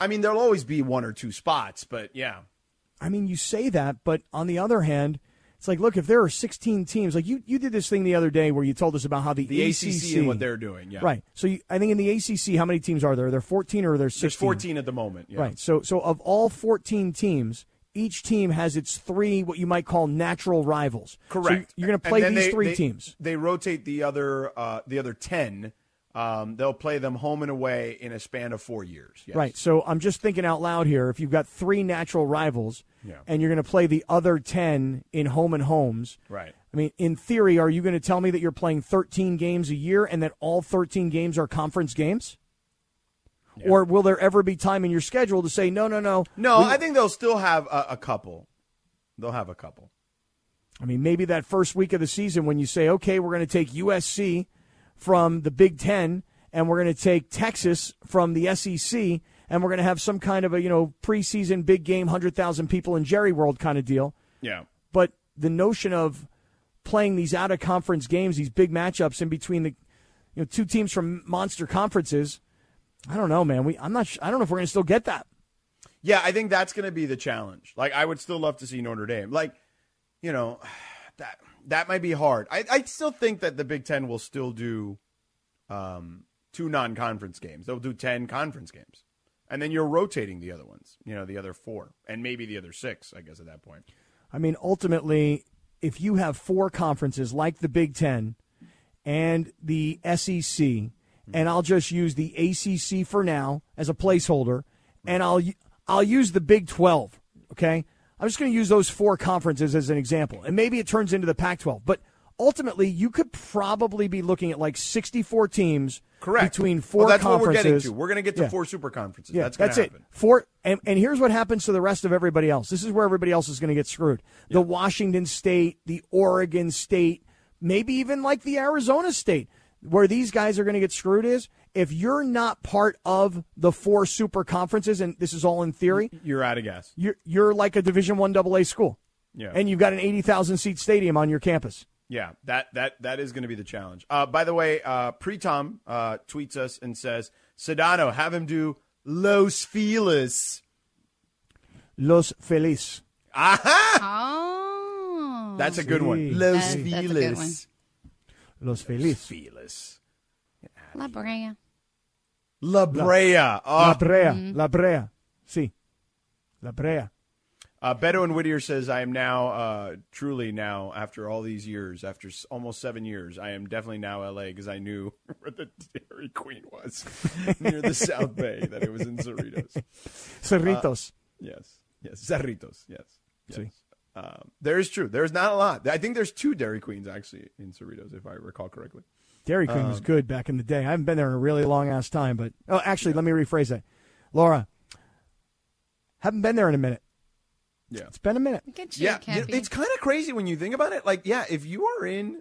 B: I mean, there'll always be one or two spots, but yeah.
A: I mean, you say that, but on the other hand, it's like, look, if there are 16 teams, like you, you did this thing the other day where you told us about how the,
B: The ACC and what they're doing. Yeah.
A: Right. So you, I think in the ACC, how many teams are there? Are there 14 or are there 16?
B: There's 14 at the moment. Yeah.
A: Right. So so of all 14 teams, each team has its three what you might call natural rivals. So
B: Correct.
A: you're going to
B: And
A: play
B: then
A: these
B: they-
A: three
B: they-
A: teams.
B: They rotate the other uh, the other ten. Um, they'll play them home and away in a span of four years. Yes.
A: Right. So I'm just thinking out loud here. If you've got three natural rivals
B: Yeah.
A: and you're going to play the other 10 in home and homes.
B: Right.
A: I mean, in theory, are you going to tell me that you're playing 13 games a year and that all 13 games are conference games? Or will there ever be time in your schedule to say, no, no, no?
B: No,
A: we-
B: I think they'll still have a, a couple. They'll have a couple.
A: I mean, maybe that first week of the season when you say, okay, we're going to take USC from the Big Ten and we're going to take Texas from the SEC and we're going to have some kind of a, you know, preseason big game, 100,000 people in Jerry World kind of deal.
B: Yeah.
A: But the notion of playing these out of conference games, these big matchups in between the, you know, two teams from monster conferences, I don't know, man. We, I'm not, sh- I don't know if we're going to still get that.
B: Yeah, I think that's going to be the challenge. Like, I would still love to see Notre Dame. Like, you know, that that might be hard. I, I still think that the Big Ten will still do um, two non-conference games. They'll do ten conference games, and then you're rotating the other ones. You know, the other four, and maybe the other six. I guess at that point.
A: I mean, ultimately, if you have four conferences like the Big Ten and the SEC, and I'll just use the ACC for now as a placeholder, and I'll u- I'll use the Big Twelve. Okay, I'm just going to use those four conferences as an example, and maybe it turns into the Pac-12. But ultimately, you could probably be looking at like 64 teams
B: Correct.
A: between
B: Well,
A: four
B: that's what we're
A: conferences.
B: getting to. We're gonna get to four super conferences.
A: Yeah,
B: That's
A: that's,
B: gonna
A: it.
B: happen.
A: Four, and, and here's what happens to the rest of everybody else. This is where everybody else is going to get screwed. The Washington State, the Oregon State, maybe even like the Arizona State, where these guys are going to get screwed is if you're not part of the four super conferences, and this is all in theory,
B: You're out of gas.
A: you're, you're like a Division One AA school,
B: Yeah.
A: and you've got an eighty thousand seat stadium on your campus.
B: Yeah, that that that is going to be the challenge. Uh, by the way, uh, Pretom uh, tweets us and says, "Sedano, have him do Los Feliz."
A: Los Feliz.
B: Aha!
C: Oh.
B: That's a good one.
A: Sí.
B: Los
C: That- that's a good one.
B: Feliz.
A: Los Feliz.
B: Feliz.
C: La Brea.
B: La Brea.
A: La
B: Oh.
A: Brea. La Brea. Sí. La Brea.
B: Uh, Beto and Whittier says, "I am now uh, truly now after all these years, after s- almost seven years, I am definitely now LA because I knew where the Dairy Queen was near the South Bay that it was in Cerritos."
A: Cerritos.
B: Yes. Yes. Cerritos. Yes. Yes.
A: See?
B: Um, there is true. There's not a lot. I think there's two Dairy Queens actually in Cerritos, if I recall correctly.
A: Dairy Queen
B: Um,
A: was good back in the day. I haven't been there in a really long ass time, but oh, actually, let me rephrase that. Laura, haven't been there in a minute.
B: Yeah.
A: It's been a minute.
C: Look at you,
B: Yeah.
C: Cappy.
B: it's kind of crazy when you think about it. Like, yeah, if you are in,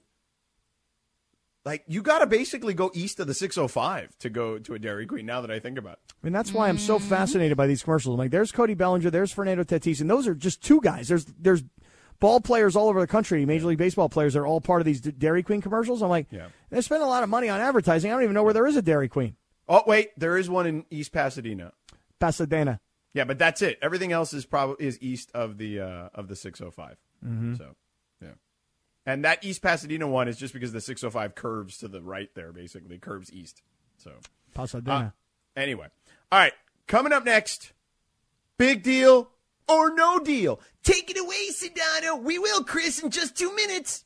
B: like, you got to basically go east of the 605 to go to a Dairy Queen now that I think about it.
A: And that's why I'm
D: Mm-hmm.
A: so fascinated by these commercials. I'm like, there's Cody Bellinger, there's Fernando Tatis, and those are just two guys. There's there's ball players all over the country, Major League Baseball players that are all part of these D- Dairy Queen commercials. I'm like,
B: Yeah.
A: they spend a lot of money on advertising. I don't even know where there is a Dairy Queen.
B: Oh, wait. There is one in East Pasadena.
A: Pasadena.
B: Yeah, but that's it. Everything else is probably is east of the uh, of the 605. So, yeah. And that East Pasadena one is just because the 605 curves to the right there basically, curves east. So, uh,
A: Pasadena.
B: anyway. All right, coming up next, big deal or no deal. Take it away, Sedano. We will, Chris, in just 2 minutes.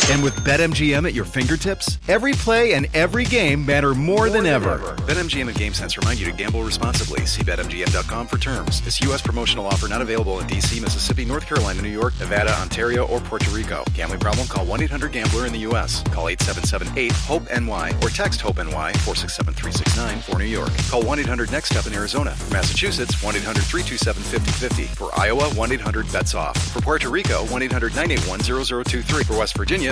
F: And with BetMGM at your fingertips, every play and every game matter more, than, ever. BetMGM and GameSense remind you to gamble responsibly. See BetMGM.com for terms. This U.S. promotional offer not available in D.C., Mississippi, North Carolina, New York, Nevada, Ontario, or Puerto Rico. Gambling problem? Call 1 800 Gambler in the U.S. Call 877 8 HOPE NY E or text HOPE NY 467 369 for New York. Call 1 800 NEXT UP in Arizona. For Massachusetts, 1 800 327 5050. For Iowa, 1 800 BETS OFF. For Puerto Rico, 1 800 981 0023. For West Virginia,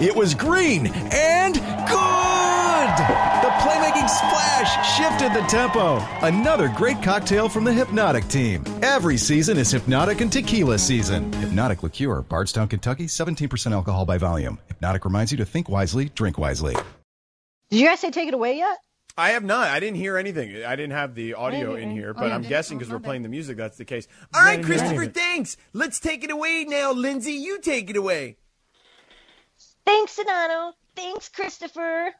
G: It was green and good! The playmaking splash shifted the tempo. Another great cocktail from the Hypnotic team. Every season is Hypnotic and Tequila season. Hypnotic Liqueur, Bardstown, Kentucky, 17% alcohol by volume. Hypnotic reminds you to think wisely, drink wisely.
D: Did you guys say take it away yet?
B: I have not. I didn't hear anything. I didn't have the audio
D: Maybe.
B: in here,
C: Oh,
B: but
C: yeah,
B: I'm
C: didn't-
B: guessing
C: oh,
B: because
C: my
B: we're
C: bad.
B: playing the music, that's the case. All right,
A: didn't hear any of
B: Christopher,
A: it.
B: thanks. Let's take it away now. Lindsay, you take it away.
D: Thanks, Sedano. Thanks, Christopher.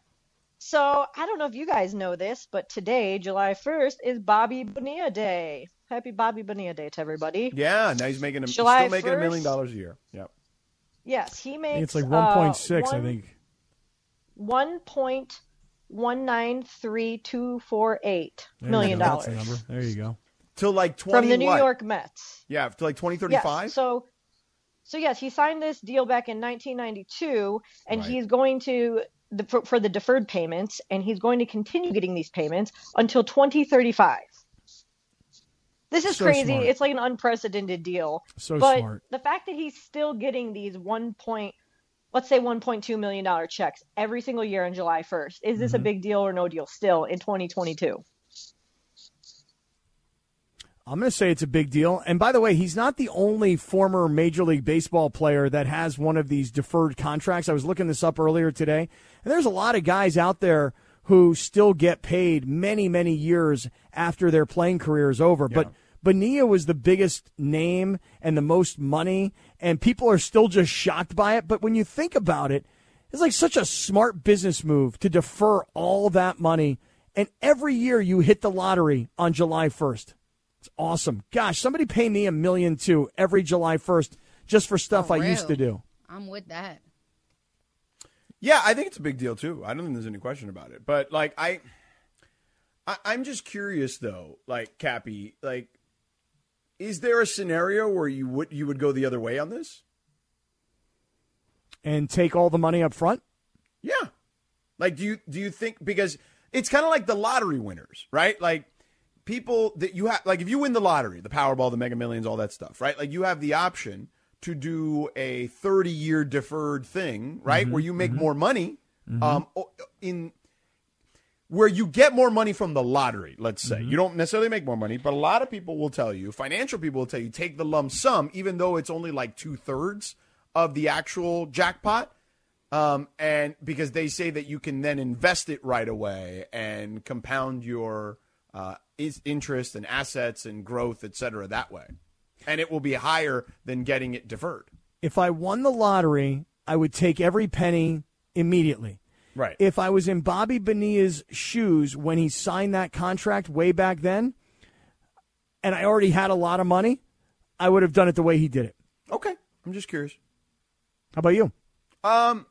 D: So I don't know if you guys know this, but today, July 1st, is Bobby Bonilla Day. Happy Bobby Bonilla Day to everybody.
B: Yeah, now he's making a, he's
D: July
B: still making a million
D: 1st?
B: dollars a year. Yep.
D: Yes, he
A: I
D: makes
A: think it's like
D: uh,
A: 1.6, I
D: one-
A: think.
D: 1.193248
A: There you
D: million
A: go. That's the
D: dollars
A: number. There you go.
B: Till like 20
D: from the New
B: what?
D: York Mets.
B: Yeah, to like 2035.
D: Yes, so so yes, he signed this deal back in 1992 and
B: Right.
D: he's going to the, for, for the deferred payments and he's going to continue getting these payments until 2035. This is
A: So
D: crazy.
A: smart.
D: It's like an unprecedented deal.
A: So
D: but
A: smart.
D: the fact that he's still getting these 1 point let's say 1.2 million dollar checks every single year on July 1st. Is
A: Mm-hmm.
D: this a big deal or no deal still in 2022?
A: I'm going to say it's a big deal. And by the way, he's not the only former Major League Baseball player that has one of these deferred contracts. I was looking this up earlier today, and there's a lot of guys out there who still get paid many, many years after their playing career is over. But Bonilla was the biggest name and the most money, and people are still just shocked by it. But when you think about it, it's like such a smart business move to defer all that money. And every year you hit the lottery on July 1st. It's awesome. Gosh, somebody pay me a million too every July 1st just for stuff
C: For
A: I used to
C: real.
A: do.
C: I'm with that.
B: Yeah, I think it's a big deal too. I don't think there's any question about it. But like I, I I'm just curious though, like Cappy, like is there a scenario where you would you would go the other way on this?
A: And take all the money up front?
B: Yeah. Like do you do you think because it's kind of like the lottery winners, right? Like people that you have like if you win the lottery, the Powerball, the Mega Millions, all that stuff, right? Like you have the option to do a 30-year deferred thing, right? Where you make more money um o- in where you get more money from the lottery, let's say. You don't necessarily make more money, but a lot of people will tell you, financial people will tell you, take the lump sum, even though it's only like two thirds of the actual jackpot. Um, and because they say that you can then invest it right away and compound your uh, is interest and assets and growth, et cetera, that way. And it will be higher than getting it deferred.
A: If I won the lottery, I would take every penny immediately.
B: Right.
A: If I was in Bobby Bonilla's shoes when he signed that contract way back then, and I already had a lot of money, I would have done it the way he did it.
B: okay. I'm just curious.
A: How about you?
B: Um,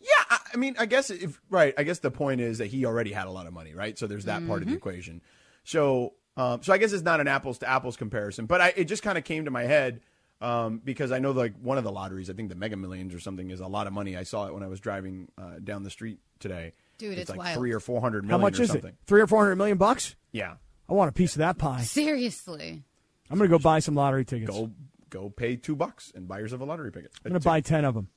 B: yeah, I, I mean, I guess if right, I guess the point is that he already had a lot of money, right? So there's that part of
C: Mm-hmm.
B: the equation. So, um, so I guess it's not an apples to apples comparison, but I it just kind of came to my head um, because I know like one of the lotteries, I think the Mega Millions or something, is a lot of money. I saw it when I was driving uh, down the street today.
C: Dude, it's
B: like
C: wild.
B: three or four hundred
A: How
B: million.
A: much
B: or
A: is
B: something.
A: it? Three or four hundred million bucks?
B: Yeah,
A: I want a piece of that pie.
C: Seriously.
A: I'm going to go buy some lottery tickets.
B: go go pay two bucks and buy yourself a lottery ticket.
A: I'm going to buy 10 of them.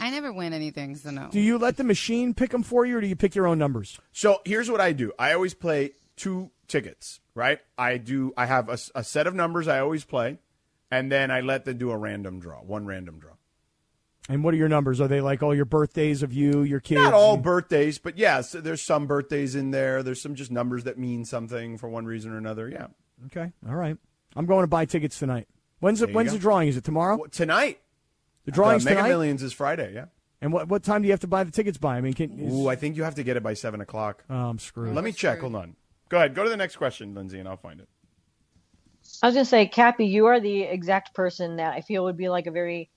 C: I never win anything, so no.
A: Do you let the machine pick them for you or do you pick your own numbers?
B: So here's what I do. I always play two tickets, right? I do. I have a, s- a set of numbers I always play, and then I let them do a random draw, one random draw.
A: And what are your numbers? Are they like all your birthdays of you, your kids?
B: Not all birthdays, but yeah, so there's some birthdays in there. There's some just numbers that mean something for one reason or another. Yeah.
A: Okay. All right. I'm going to buy tickets tonight. When's the,
B: you
A: when's
B: go.
A: the drawing? Is it tomorrow?
B: Well, tonight,
A: the drawing's
B: the Mega
A: tonight.
B: Millions is Friday. Yeah.
A: And what what time do you have to buy the tickets by? I mean, can is,
B: Ooh, I think you have to get it by seven o'clock.
A: oh, I'm screwed.
B: Let me check. Hold on. Go ahead. Go to the next question, Lindsay, and I'll find it.
D: I was gonna say, Cappy, you are the exact person that I feel would be like a very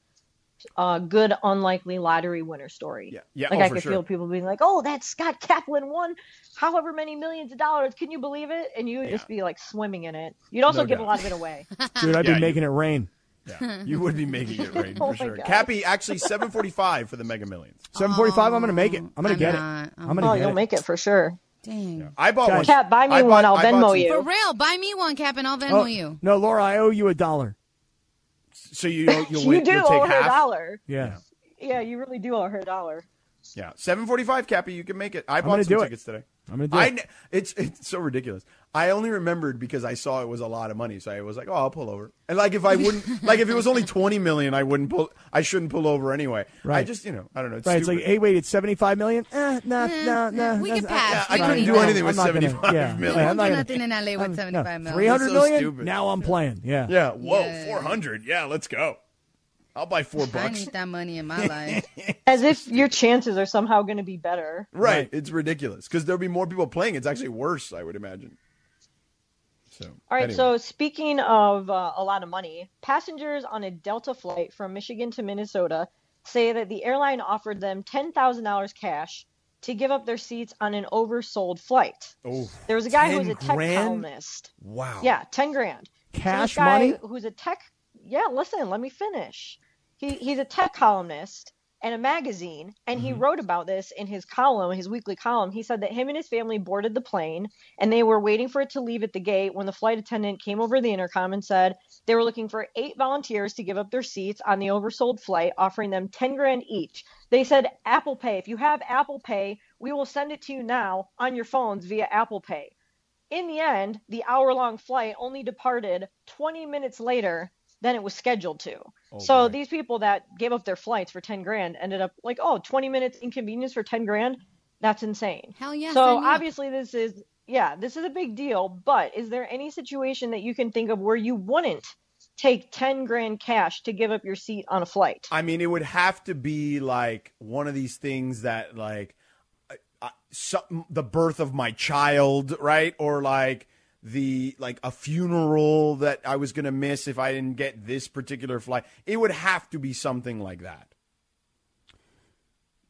D: uh, good unlikely lottery winner story.
B: Yeah. Yeah.
D: Like
B: Oh,
D: I
B: for
D: could
B: sure.
D: feel people being like, "Oh, that Scott Kaplan won however many millions of dollars. Can you believe it?" And you would just be like swimming in it. You'd also give
B: doubt.
D: a lot of it away.
A: Dude, I've
B: Yeah,
A: been
B: you-
A: making it rain.
B: Yeah. You would be making it rain
D: Oh
B: for
D: my
B: sure.
D: God.
B: Cappy, actually, seven forty-five for the Mega Millions.
A: 7:45. I'm gonna make it. I'm gonna
C: I'm
A: get
C: not.
A: it. I'm gonna
D: oh,
A: get
D: you'll
A: it.
D: make it for sure.
C: Dang.
B: I bought one.
D: Cap, buy me
B: I bought-
D: one. I'll
B: I bought
D: Venmo
B: some-
D: you.
C: For real, buy me one cap and I'll Venmo
A: Oh,
C: you.
A: No, Laura, I owe you a dollar.
B: So you don't, you'll,
D: You
B: win,
D: do
B: you'll take
D: owe her a
B: half.
D: dollar.
A: Yeah.
D: Yeah, you really do owe her a dollar.
B: Yeah, seven forty-five, Cappy. You can make it. I
A: gonna
B: bought
A: do
B: some
A: it.
B: tickets today.
A: I'm gonna do
B: I
A: it.
B: kn- it's it's so ridiculous. I only remembered because I saw it was a lot of money, so I was like, "Oh, I'll pull over." And like if I wouldn't, like if it was only twenty million, I wouldn't pull. I shouldn't pull over anyway. I
A: Right.
B: just you know I don't know. It's
A: Right. It's
B: stupid.
A: like, hey, wait, it's 75 million. Eh, nah, nah, nah.
C: we can
A: that's-
B: yeah,
C: pass.
B: I
C: We don't
B: couldn't
C: need
B: do
C: that.
B: anything with
A: I'm not gonna-
B: seventy five million.
A: yeah.
C: We
A: Hey,
C: don't
A: I'm not
C: do
A: gonna-
C: nothing in LA with 75
A: no,
C: mil.
A: 300
B: That's so
A: million?
B: stupid.
A: Now I'm playing. Yeah.
B: Yeah. Whoa,
C: Yeah.
B: four hundred. Yeah, let's go. I'll buy four
C: I
B: bucks.
C: need that money in my life.
D: As if your chances are somehow going to be better.
B: Right. It's ridiculous because there'll be more people playing. It's actually worse, I would imagine. So
D: All right,
B: anyway.
D: so speaking of uh, a lot of money, passengers on a Delta flight from Michigan to Minnesota say that the airline offered them $10,000 cash to give up their seats on an oversold flight.
B: Oh,
D: There was a guy who was
B: 10
D: a tech
B: grand?
D: columnist.
B: wow.
D: Yeah, 10 grand. So this
A: Cash
D: guy
A: money?
D: Who's a tech Yeah, listen, let me finish. He he's a tech columnist and a magazine and he wrote about this in his column, his weekly column. He said that him and his family boarded the plane and they were waiting for it to leave at the gate when the flight attendant came over the intercom and said they were looking for 8 volunteers to give up their seats on the oversold flight, offering them 10 grand each. They said Apple Pay, if you have Apple Pay, we will send it to you now on your phones via Apple Pay. In the end, the hour long flight only departed 20 minutes later than it was scheduled to. so these people that gave up their flights for 10 grand ended up like, oh, 20 minutes inconvenience for 10 grand? That's insane.
C: Hell yes, I
D: So
C: know.
D: obviously, this is, yeah, this is a big deal, but is there any situation that you can think of where you wouldn't take 10 grand cash to give up your seat on a flight?
B: I mean, it would have to be like one of these things that like I, I, some, the birth of my child, right? Or like the like a funeral that I was going to miss if I didn't get this particular flight. It would have to be something like that.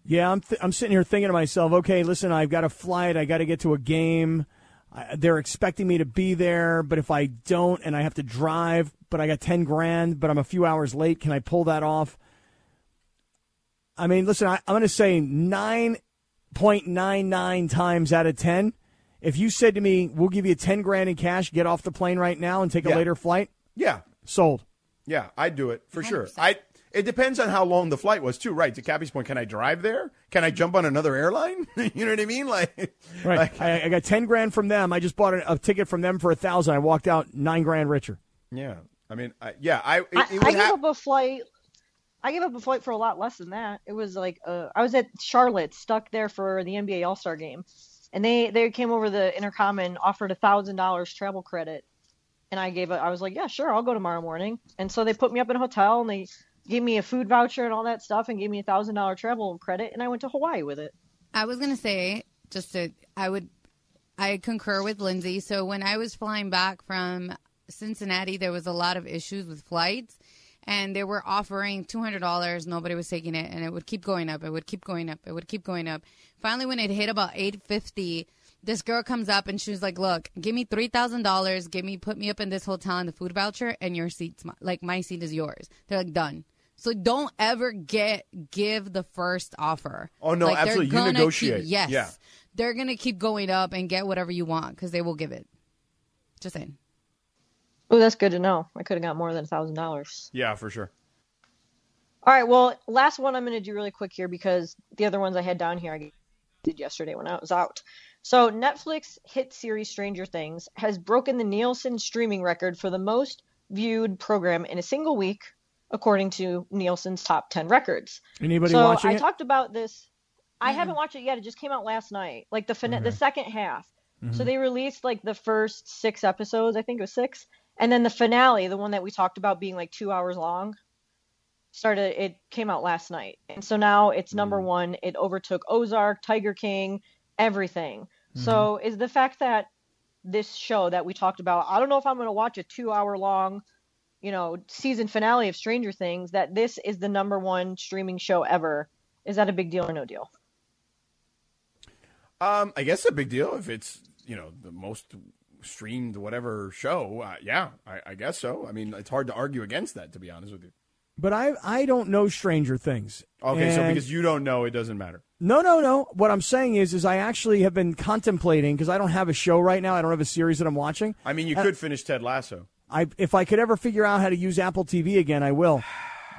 A: Yeah, I'm th- I'm sitting here thinking to myself, okay, listen, I've got a flight, I got to get to a game. I, they're expecting me to be there, but if I don't and I have to drive, but I got 10 grand, but I'm a few hours late, can I pull that off? I mean, listen, I, I'm going to say 9.99 times out of 10, if you said to me, we'll give you 10 grand in cash, get off the plane right now and take a
B: Yeah.
A: later flight,
B: Yeah,
A: sold.
B: yeah, I'd do it for sure. I. It depends on how long the flight was too, right? To Cappy's point, can I drive there? Can I jump on another airline? you know what I mean? Like,
A: Right.
B: like-
A: I, I got 10 grand from them. I just bought a, a ticket from them for a thousand. I walked out nine grand richer.
B: yeah. I mean, I, yeah, I. It,
D: I,
B: it would
D: I gave
B: hap-
D: up a flight. I gave up a flight for a lot less than that. It was like uh, I was at Charlotte, stuck there for the NBA All Star Game, and they they came over the intercom and offered a thousand dollars travel credit, and I gave up. I was like, yeah, sure, I'll go tomorrow morning. And so they put me up in a hotel and they gave me a food voucher and all that stuff and gave me a thousand dollar travel credit, and I went to Hawaii with it.
C: I was gonna say just to I would I concur with Lindsay. So when I was flying back from Cincinnati, there was a lot of issues with flights, and they were offering two hundred dollars. Nobody was taking it, and it would keep going up. It would keep going up. It would keep going up. Finally, when it hit about eight fifty. This girl comes up and she was like, "Look, give me three thousand dollars. Give me put me up in this hotel and the food voucher, and your seat's my, like my seat is yours." They're like, "Done." So don't ever get give the first offer.
B: Oh, no,
C: Like, they're
B: absolutely. You
C: gonna keep-
B: negotiate.
C: yes,
B: Yeah.
C: they're gonna keep going up and get whatever you want because they will give it. Just saying.
D: Oh, that's good to know. I could have got more than a thousand dollars.
B: yeah, for sure.
D: All right. Well, last one I'm going to do really quick here because the other ones I had down here I did yesterday when I was out. So Netflix hit series Stranger Things has broken the Nielsen streaming record for the most viewed program in a single week, according to Nielsen's top 10 records.
A: Anybody
D: so
A: watching
D: I
A: it?
D: talked about this. I haven't watched it yet. It just came out last night, like the fina- the second half.
A: Mm-hmm.
D: So they released like the first six episodes. I think it was six, and then the finale, the one that we talked about being like two hours long, started. It came out last night, and so now it's
A: Mm.
D: number one. It overtook Ozark, Tiger King, everything.
A: Mm-hmm.
D: So is the fact that this show that we talked about? I don't know if I'm going to watch a two hour long you know, season finale of Stranger Things that this is the number one streaming show ever. Is that a big deal or no deal?
B: Um, I guess a big deal if it's you know the most streamed whatever show. Uh, yeah, I, I guess so. I mean, it's hard to argue against that, to be honest with you.
A: But I I don't know Stranger Things.
B: Okay, so
A: And-
B: because you don't know, it doesn't matter.
A: no no no, what I'm saying is is I actually have been contemplating because I don't have a show right now. I don't have a series that I'm watching.
B: I mean, you could finish Ted Lasso.
A: I if I could ever figure out how to use Apple TV again, I will.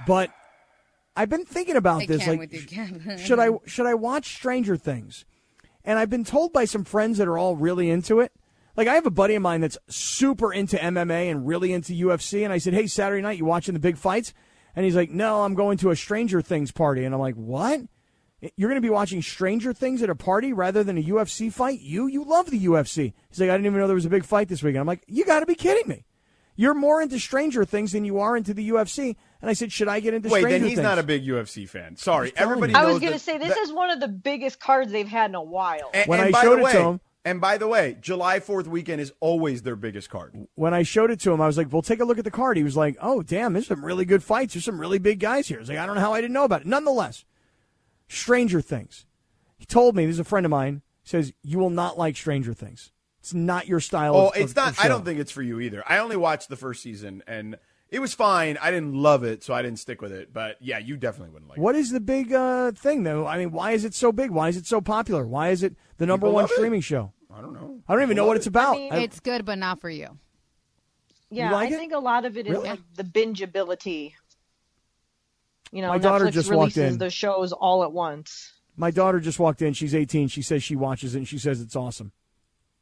A: But I've been thinking about
C: I
A: this.
C: can
A: like,
C: with you, Kev.
A: should I should I watch Stranger Things? And I've been told by some friends that are all really into it. Like I have a buddy of mine that's super into MMA and really into UFC, and I said, "Hey, Saturday night, you watching the big fights?" And he's like, "No, I'm going to a Stranger Things party." And I'm like, "What? You're going to be watching Stranger Things at a party rather than a UFC fight? You you love the UFC?" He's like, "I didn't even know there was a big fight this weekend." I'm like, "You got to be kidding me! You're more into Stranger Things than you are into the UFC." And I said, "Should I get into
B: Wait,
A: Stranger
B: then he's
A: Things?"
B: not a big UFC fan. Sorry,
A: telling
B: everybody.
A: you.
D: I was
B: knows
D: going to
B: that-
D: say this
B: that-
D: is one of the biggest cards they've had in a while.
B: And,
A: When
B: and
A: I
B: by
A: showed
B: the
A: it
B: way,
A: to him-
B: and by the way, July Fourth weekend is always their biggest card.
A: when I showed it to him, I was like, "Well, take a look at the card." He was like, "Oh, damn, there's some really good fights. There's some really big guys here." I was like, "I don't know how I didn't know about it." Nonetheless, Stranger Things. He told me this is a friend of mine says you will not like Stranger Things. It's not your style.
B: Oh,
A: of-
B: it's
A: of-
B: not.
A: of
B: I don't
A: show.
B: think it's for you either. I only watched the first season, and it was fine. I didn't love it, so I didn't stick with it. But yeah, you definitely wouldn't like. it.
A: What is the big uh, thing though? I mean, why is it so big? Why is it so popular? Why is it the number
B: People
A: one
B: love it.
A: streaming show?
B: I don't know.
A: I don't even know what it's about.
D: mean,
A: I-
C: It's good, but not for you.
D: yeah,
A: like
D: I
A: it?
D: think a lot of it is
A: Really?
D: like the bingeability. You know,
A: My daughter
D: Netflix
A: just walked
D: releases
A: in.
D: the shows all at once.
A: my daughter just walked in. She's 18. She says she watches it and she says it's awesome.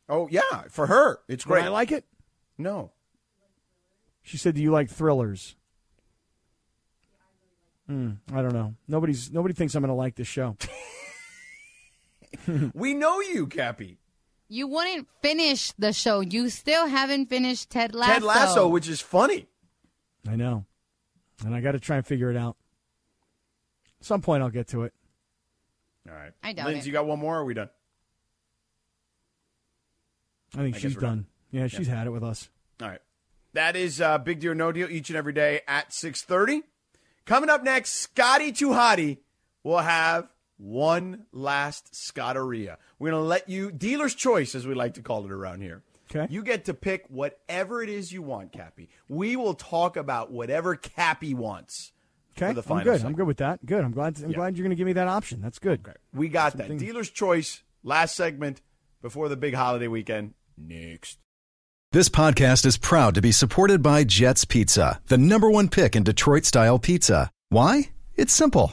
B: Oh yeah, for her, it's
A: Did
B: great.
A: I like it.
B: no,
A: She said, "Do you like thrillers?" Hmm, I don't know. Nobody's nobody thinks I'm going to like this show.
B: we know you, Cappy.
C: You wouldn't finish the show. You still haven't finished Ted Lasso.
B: Ted Lasso, which is funny.
A: I know, and I got to try and figure it out. At some point, I'll get to it.
B: All right,
C: I doubt
B: Lindsay,
C: it.
B: you got one more? Or are we done?
A: I think
B: I guess
A: she's
B: we're
A: done.
B: done.
A: Yeah, she's had it with us.
B: All right. That is uh, Big Deal No Deal each and every day at 6.30. Coming up next, Scotty to Hottie will have one last Scotteria. We're going to let you, dealer's choice as we like to call it around here.
A: Okay.
B: You get to pick whatever it is you want, Cappy. We will talk about whatever Cappy wants.
A: Okay,
B: For the final
A: I'm good. I'm
B: segment.
A: good with that. Good. I'm glad. I'm glad you're going to give me that option. That's good.
B: We got that. Dealer's choice, last segment before the big holiday weekend. Next.
G: This podcast is proud to be supported by Jets Pizza, the number one pick in Detroit style pizza. Why? It's simple.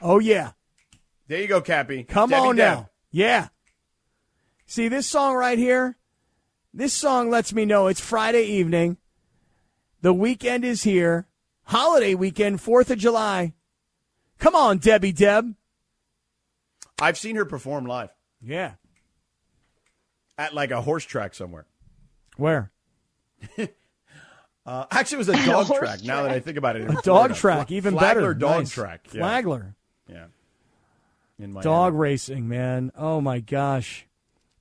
A: Oh yeah.
B: There you go, Cappy.
A: Come
B: Debbie
A: on
B: Deb.
A: now. Yeah. See, this song right here, this song lets me know it's Friday evening. The weekend is here. Holiday weekend, 4th of July. Come on, Debbie Deb.
B: I've seen her perform live
A: Yeah.
B: at like a horse track somewhere.
A: Where?
B: Uh, actually, it was a dog
D: horse
B: track, Now that I think about it, in
A: Dog
B: Florida.
A: track,
B: Fla-
A: even
B: Flagler
A: better.
B: dog
A: Nice.
B: track. Yeah.
A: Flagler.
B: Yeah. In Miami.
A: Dog racing, man. Oh my gosh.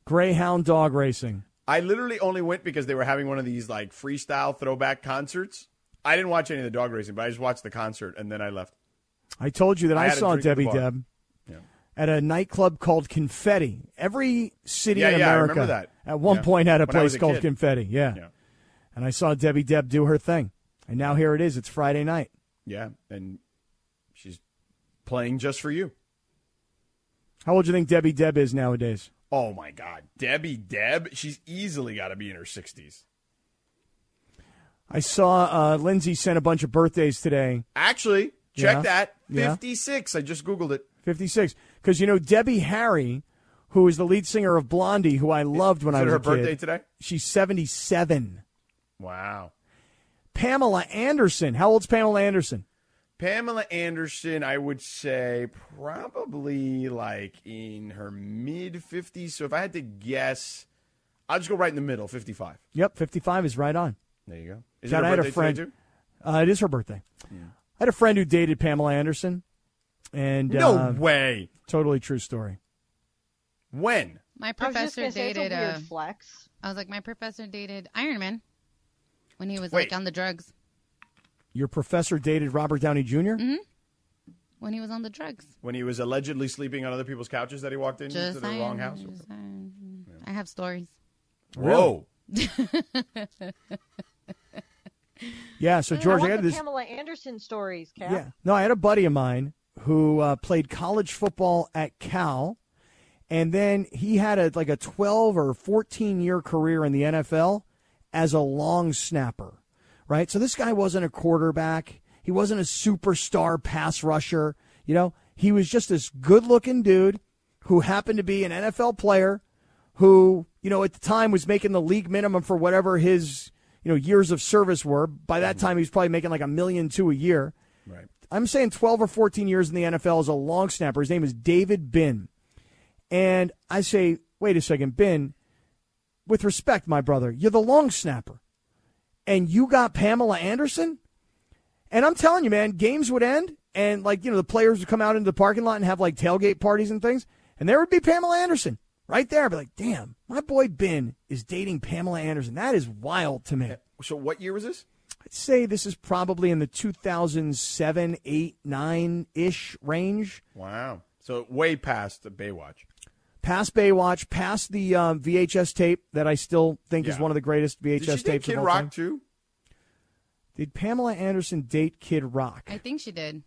A: Greyhound dog racing.
B: I literally only went because they were having one of these like freestyle throwback concerts. I didn't watch any of the dog racing, but I just watched the concert and then I left.
A: I told you that
B: I
A: I,
B: had a
A: saw
B: drink at the
A: Debbie
B: bar.
A: Deb at a nightclub called Confetti. Every city
B: Yeah,
A: in
B: yeah, I
A: America
B: remember that.
A: at one
B: Yeah.
A: point had a
B: When I was
A: place
B: a
A: called
B: kid.
A: Confetti. Yeah.
B: Yeah.
A: And I saw Debbie Deb do her thing. And now here it is. It's Friday night.
B: Yeah, and she's playing just for you.
A: How old do you think Debbie Deb is nowadays?
B: Oh my God, Debbie Deb, she's easily got to be in her sixties.
A: I saw uh, Lindsay sent a bunch of birthdays today.
B: Actually, check
A: Yeah.
B: that,
A: Yeah.
B: fifty-six. I just googled it.
A: 56. Because, you know, Debbie Harry, who is the lead singer of Blondie, who I loved when
B: Is
A: I
B: it
A: was
B: her
A: a kid,
B: birthday today?
A: she's 77.
B: Wow.
A: Pamela Anderson. How old's Pamela Anderson?
B: Pamela Anderson, I would say probably like in her mid 50s. So if I had to guess, I'll just go right in the middle, 55.
A: Yep, 55 is right on.
B: There you go. Is
A: God,
B: it her
A: I had a
B: birthday
A: friend-
B: today, too?
A: Uh, it is her birthday. I had a friend who dated Pamela Anderson, and
B: No
A: uh,
B: way.
A: totally true story.
B: When?
C: My
D: I was just
C: professor
D: gonna say it's a
C: dated.
D: weird
C: uh,
D: flex.
C: I was like, my professor dated Iron Man when he was
B: Wait.
C: like on the drugs.
A: Your professor dated Robert Downey junior
C: When he was on the drugs,
B: When he was allegedly sleeping on other people's couches that he walked into
C: just
B: to the
C: Iron
B: wrong
C: Man,
B: house?
C: just Iron Man. I have stories.
B: Whoa.
A: Yeah. So
D: Mm, I
A: George, I,
D: want
A: had
D: the
A: this.
D: Pamela Anderson stories, Cap.
A: Yeah. No, I had a buddy of mine who uh, played college football at Cal, and then he had a like a twelve or fourteen year career in the NFL as a long snapper. Right. So this guy wasn't a quarterback. He wasn't a superstar pass rusher. You know, he was just this good looking dude who happened to be an NFL player who, you know, at the time was making the league minimum for whatever his, you know, years of service were. By that time, he was probably making like a million two a year.
B: Right.
A: I'm saying 12 or 14 years in the NFL as a long snapper. His name is David Bin. And I say, wait a second, Bin, with respect, my brother, you're the long snapper. And you got Pamela Anderson? And I'm telling you, man, games would end and like, you know, the players would come out into the parking lot and have like tailgate parties and things. And there would be Pamela Anderson right there. I'd be like, damn, my boy Ben is dating Pamela Anderson. That is wild to me.
B: So what year was this?
A: I'd say this is probably in the 2007, 8, 9 ish range.
B: Wow. So way past the Baywatch.
A: past Baywatch, past the um, VHS tape that I still think is
B: Yeah.
A: one of the greatest VHS
B: Did she date
A: tapes
B: Kid
A: of all
B: Rock
A: time.
B: too?
A: Did Pamela Anderson date Kid Rock?
C: I think she did.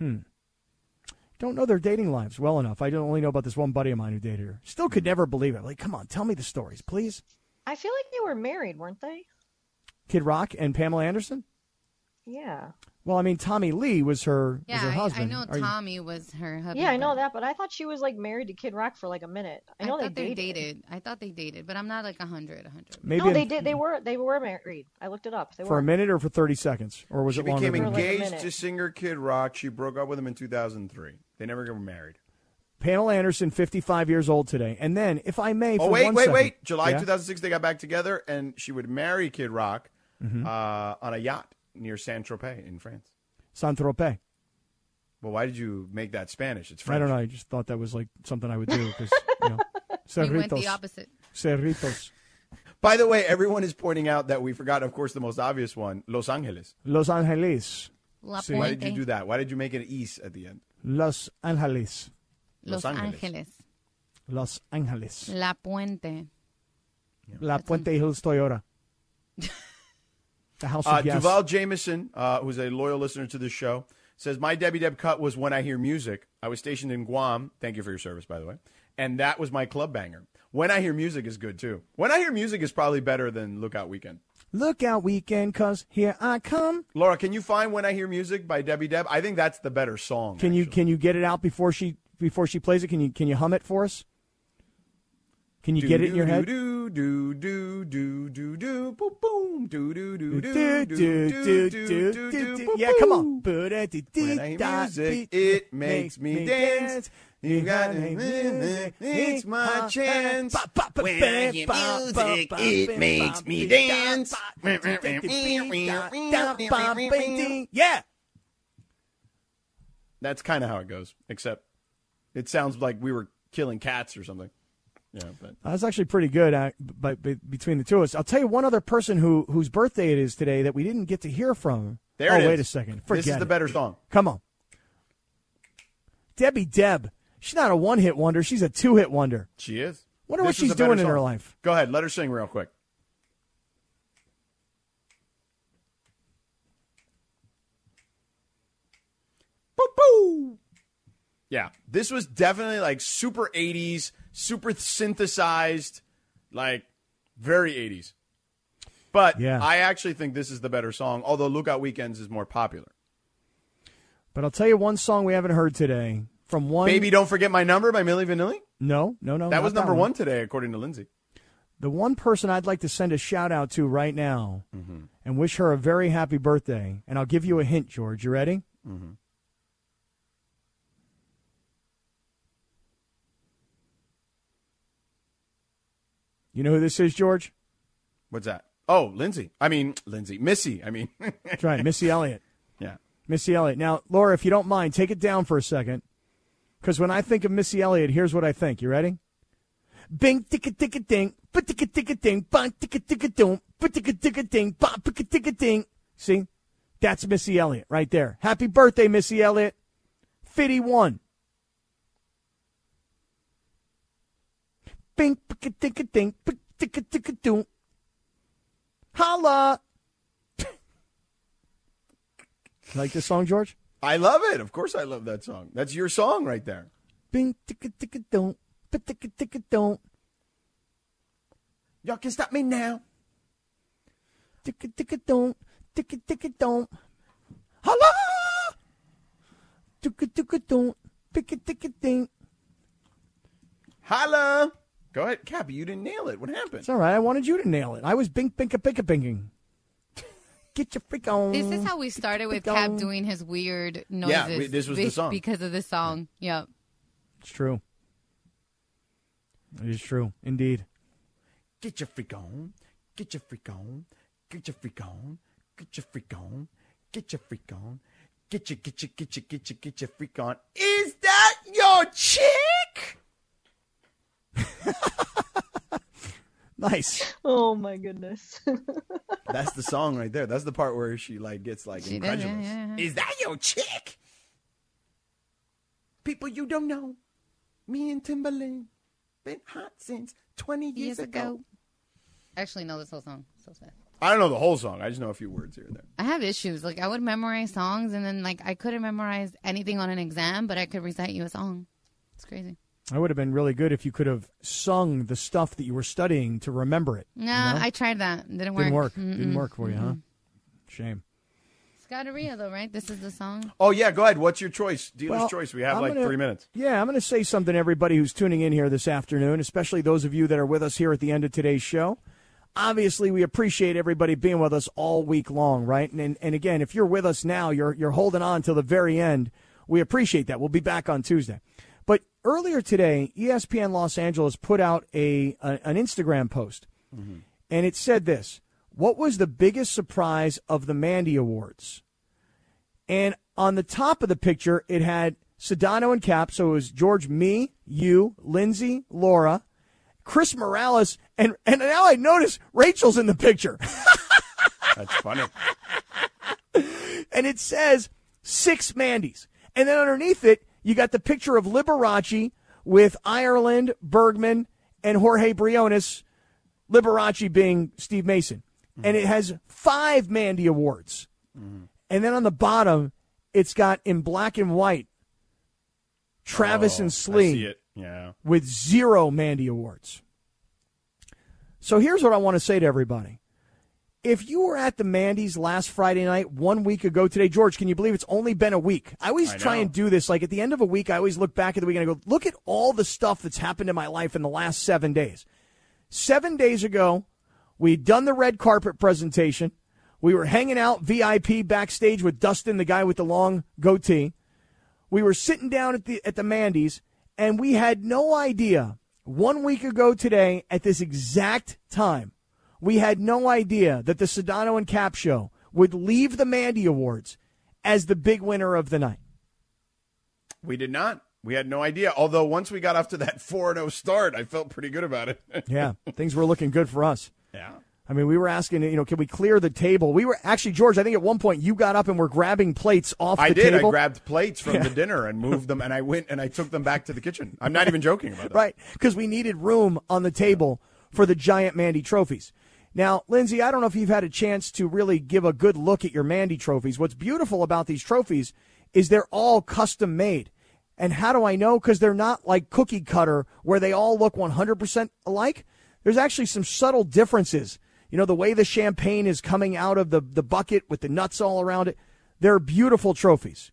A: don't know their dating lives well enough. I don't only know about this one buddy of mine who dated her. Still could never believe it. Like, come on, tell me the stories, please.
D: I feel like they were married, weren't they?
A: Kid Rock and Pamela Anderson.
D: Yeah.
A: Well, I mean, Tommy Lee was her was
C: Yeah,
A: her
C: I- I,
A: husband.
C: know
A: Are you-
C: Tommy was her husband.
D: Yeah, I know that, but I thought she was like married to Kid Rock for like a minute. I know
C: I thought
D: they dated.
C: dated. I thought they dated, but I'm not like 100, 100.
A: maybe
D: no,
A: in-
D: they did. They were. They were married. I looked it up. They
A: for
D: were.
A: a minute or for thirty seconds, or was
B: She
A: it longer?
B: became
A: than that?
D: like a
B: engaged
D: minute.
B: to singer Kid Rock. She broke up with him in 2003. They never got married.
A: Pamela Anderson, fifty-five years old today. And then, if I may,
B: Oh
A: for
B: wait,
A: one
B: wait,
A: second-
B: wait! July
A: Yeah?
B: 2006, they got back together, and she would marry Kid Rock
A: Mm-hmm.
B: uh, on a yacht near Saint Tropez in France.
A: Saint Tropez.
B: Well, why did you make that Spanish? It's French.
A: I don't know. I just thought that was like something I would do because you know,
C: You went the
A: Cerritos,
C: opposite.
A: Cerritos,
B: By the way, everyone is pointing out that we forgot, of course, the most obvious one: Los Angeles.
A: Los Angeles,
C: La
A: See,
B: Why
C: Puente,
B: did you do that? Why did you make it east at the end?
A: Los Angeles,
C: Los
B: Los Angeles.
C: Angeles.
A: Los Angeles,
C: La Puente.
A: La Puente Hills Toyota, the House of
B: Uh,
A: Yes.
B: Duval Jameson, uh, who's a loyal listener to the show, says my Debbie Deb cut was when I hear music. I was stationed in Guam. Thank you for your service, by the way. And that was my club banger. When I hear music is good too. When I hear music is probably better than Lookout Weekend.
A: Look out weekend, cause here I come.
B: Laura, can you find "When I Hear Music" by Debbie Deb? I think that's the better song.
A: Can you
B: actually.
A: can you get it out before she before she plays it? Can you can you hum it for us? Can you
B: Do,
A: get it in your
B: do,
A: head?
B: Do do do do do do boom boom do do do do do
A: Do,
B: do do do do boom,
A: Yeah, come on.
B: boom. When I hear music,
A: Music,
B: it makes me dance. You got it, music, it's my chance. When I hear music, it makes me dance.
A: Yeah.
B: That's kind of how it goes, except it sounds like we were killing cats or something. Yeah, but
A: That's actually pretty good, uh, but, but between the two of us, I'll tell you one other person who whose birthday it is today that we didn't get to hear from.
B: there
A: oh,
B: it is.
A: wait a second. Forget
B: this is the
A: it.
B: better song.
A: Come on. Debbie Deb. She's not a one hit wonder. She's a two hit wonder.
B: She is.
A: Wonder what
B: This is
A: she's
B: a better
A: doing in her
B: song.
A: life.
B: Go ahead, let her sing real quick. Boo boo. Yeah, this was definitely like super '80s, super synthesized, like very '80s. But
A: Yeah.
B: I actually think this is the better song, although "Lookout Weekends" is more popular.
A: But I'll tell you one song we haven't heard today from one.
B: Baby, don't forget my number by Milli Vanilli.
A: No, no, no.
B: That
A: Oh, not
B: was number
A: one.
B: one today, according to Lindsay.
A: The one person I'd like to send a shout out to right now
B: Mm-hmm.
A: and wish her a very happy birthday. And I'll give you a hint, George. You ready? Mm-hmm. You know who this is, George?
B: What's that? Oh, Lindsay. I mean, Lindsay. Missy. I mean,
A: That's right, Missy Elliott.
B: yeah.
A: Missy Elliott. Now, Laura, if you don't mind, take it down for a second. Because when I think of Missy Elliott, here's what I think. You ready? Bing, ticka, ticka, ding, ba, ticka, ticka, ding, ba, ticka, ticka, doom, ba, ticka, ticka, ding, ba, ticka, ticka, ding. See? That's Missy Elliott right there. Happy birthday, Missy Elliott. 51. Bing, ticka, ticka, ding, ba, ticka, ticka, doom. Holla! like this song, George?
B: I love it. Of course, I love that song. That's your song right there.
A: Bing ticka ticka don't, but ticka ticka don't,
B: Y'all can stop me now.
A: ticka ticka don't, ticka ticka don't. Hello, ticka ticka don't, ticka ticka ding.
B: Holla. Go ahead, Cappy. You didn't nail it. What happened?
A: It's all right. I wanted you to nail it. I was bing binka binka binging. Get your freak
B: Mm.
A: on.
C: This is how we started with
A: Ding
C: Cab
A: dong.
C: doing his weird noises.
B: Yeah, we- this was the
C: be-
B: song.
C: because of the song. Yep.
A: it's true. It is true, indeed.
B: Get your freak on. Get your freak on. Get your freak on. Get your freak on. Get your freak on. Get your get your get your get your get your freak on. Is that your chick?
A: Nice.
D: Oh my goodness.
B: That's the song right there. That's the part where she like gets like
C: She does, yeah,
B: incredulous.
C: yeah,
B: Is that your chick? People you don't know. Me and Timberlake been hot since 20 years,
C: Years
B: ago.
C: ago. Actually, know this whole song. So sad.
B: I don't know the whole song. I just know a few words here and there.
C: I have issues. Like I would memorize songs, and then like I couldn't memorize anything on an exam, but I could recite you a song. It's crazy.
A: I would have been really good if you could have sung the stuff that you were studying to remember it.
C: Nah, I tried that. Didn't work.
A: Didn't work. Didn't work for you, huh? Shame.
C: Scuderia, though, right? This is the song.
B: Oh, yeah, go ahead. What's your choice? Dealer's
A: Well,
B: choice. We have
A: I'm
B: like
A: gonna-
B: three minutes.
A: Yeah, I'm going to say something to everybody who's tuning in here this afternoon, especially those of you that are with us here at the end of today's show. Obviously, we appreciate everybody being with us all week long, right? And and, and again, if you're with us now, you're you're holding on till the very end. We appreciate that. We'll be back on Tuesday. But earlier today, E ESPN Los Angeles put out a, a an Instagram post.
B: Mm-hmm.
A: And it said this, what was the biggest surprise of the Mandy Awards? And on the top of the picture, it had Sedano and Cap. So it was George, me, you, Lindsay, Laura, Chris Morales, and and now I notice Rachel's in the picture.
B: That's funny.
A: and it says six Mandy's. And then underneath it, you got the picture of Liberace with Ireland, Bergman, and Jorge Briones, Liberace being Steve Mason. And it has five Mandy Awards.
B: Mm-hmm.
A: And then on the bottom, it's got in black and white Travis
B: Oh, I
A: and
B: see
A: Slee
B: it. Yeah.
A: with zero Mandy Awards. So here's what I want to say to everybody. If you were at the Mandy's last Friday night, one week ago today, George, can you believe it's only been a week? I always
B: I
A: try
B: know.
A: and do this. Like at the end of a week, I always look back at the week and I go, look at all the stuff that's happened in my life in the last seven days. Seven days ago, we'd done the red carpet presentation. We were hanging out VIP backstage with Dustin, the guy with the long goatee we were sitting down at the at the Mandy's and we had no idea one week ago today at this exact time we had no idea that the Sedano and Cap show would leave the Mandy Awards as the big winner of the night.
B: We did not. We had no idea. Although once we got off to that 4 0 start, I felt pretty good about it.
A: Yeah, things were looking good for us.
B: yeah.
A: I mean, we were asking, you know, can we clear the table? We were actually, George. I think at one point you got up and were grabbing plates off
B: I
A: the
B: did.
A: table.
B: I grabbed plates from the dinner and moved them, and I went and I took them back to the kitchen. I'm not even joking about that.
A: Right, because we needed room on the table for the giant Mandy trophies. Now, Lindsay, I don't know if you've had a chance to really give a good look at your Mandy trophies. What's beautiful about these trophies is they're all custom made. And how do I know? Because they're not like cookie cutter where they all look 100% alike. There's actually some subtle differences. You know, the way the champagne is coming out of the, the bucket with the nuts all around it. They're beautiful trophies.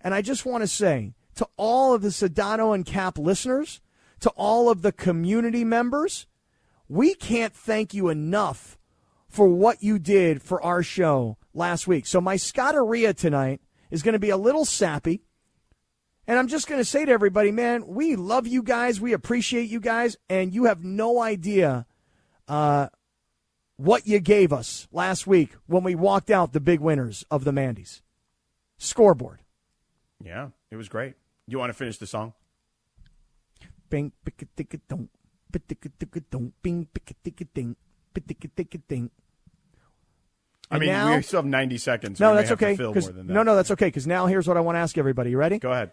A: And I just want to say to all of the Sedano and Cap listeners, to all of the community members, we can't thank you enough for what you did for our show last week. So my Scottaria tonight is going to be a little sappy. And I'm just going to say to everybody, man, we love you guys. We appreciate you guys. And you have no idea uh, what you gave us last week when we walked out the big winners of the Mandy's scoreboard.
B: Yeah. It was great. You want to finish the song?
A: Bing, picka, ticka, dong. Picka, ticka, dong. Bing, picka, ticka, ding. Picka, ticka, ding.
B: I
A: And
B: mean,
A: now-
B: we still have 90 seconds. so
A: No,
B: we may
A: that's
B: have to
A: okay.
B: fill
A: 'cause-
B: more than that.
A: No, no, that's okay. Because now here's what I want to ask everybody. You ready?
B: Go ahead.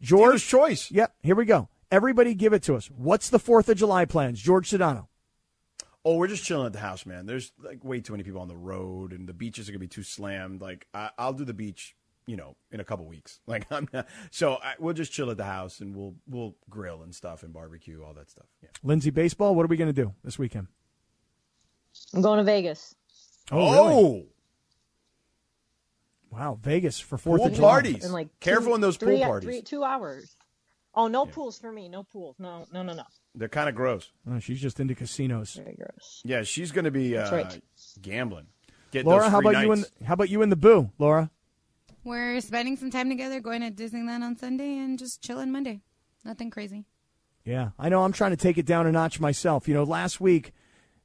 A: George.
B: Dealer's choice.
A: Yep. Here we go. Everybody, give it to us. What's the Fourth of July plans, George Sedano?
B: Oh, we're just chilling at the house, man. There's like way too many people on the road, and the beaches are gonna be too slammed. Like I, I'll do the beach, you know, in a couple weeks. Like I'm not, so I, we'll just chill at the house, and we'll we'll grill and stuff and barbecue, all that stuff. Yeah.
A: Lindsay baseball. What are we going to do this weekend? Oh,
D: I'm going to Vegas.
B: Oh,
A: Wow, Vegas for Fourth
B: pool
A: of July.
B: parties!
D: And like
B: Careful
D: two-
B: in those
D: three-
B: pool parties.
D: three- two hours. Oh, no pools for me. No pools. No, no, no, no.
B: They're kind of gross.
A: Oh, she's just into casinos.
D: Very gross.
B: Yeah, she's gonna be uh,
D: right.
B: gambling. Get
A: Laura,
B: those
A: how
B: free
A: about you and
B: nights.
A: how about you and the boo, Laura?
C: We're spending some time together, going to Disneyland on Sunday, and just chilling Monday. Nothing crazy.
A: Yeah, I know. I'm trying to take it down a notch myself. You know, last week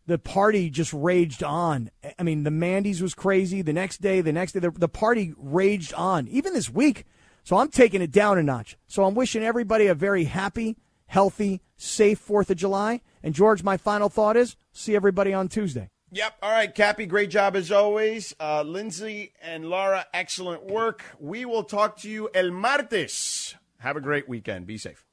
A: the party just raged on. I mean, the Mandy's was crazy. The next day, the next day, the, the party raged on. Even this week, so I'm taking it down a notch. So I'm wishing everybody a very happy, healthy, safe Fourth of July. And George, my final thought is: see everybody on Tuesday.
B: Yep. All right, Cappy. Great job as always. Uh, Lindsay and Laura, excellent work. We will talk to you el martes. Have a great weekend. Be safe.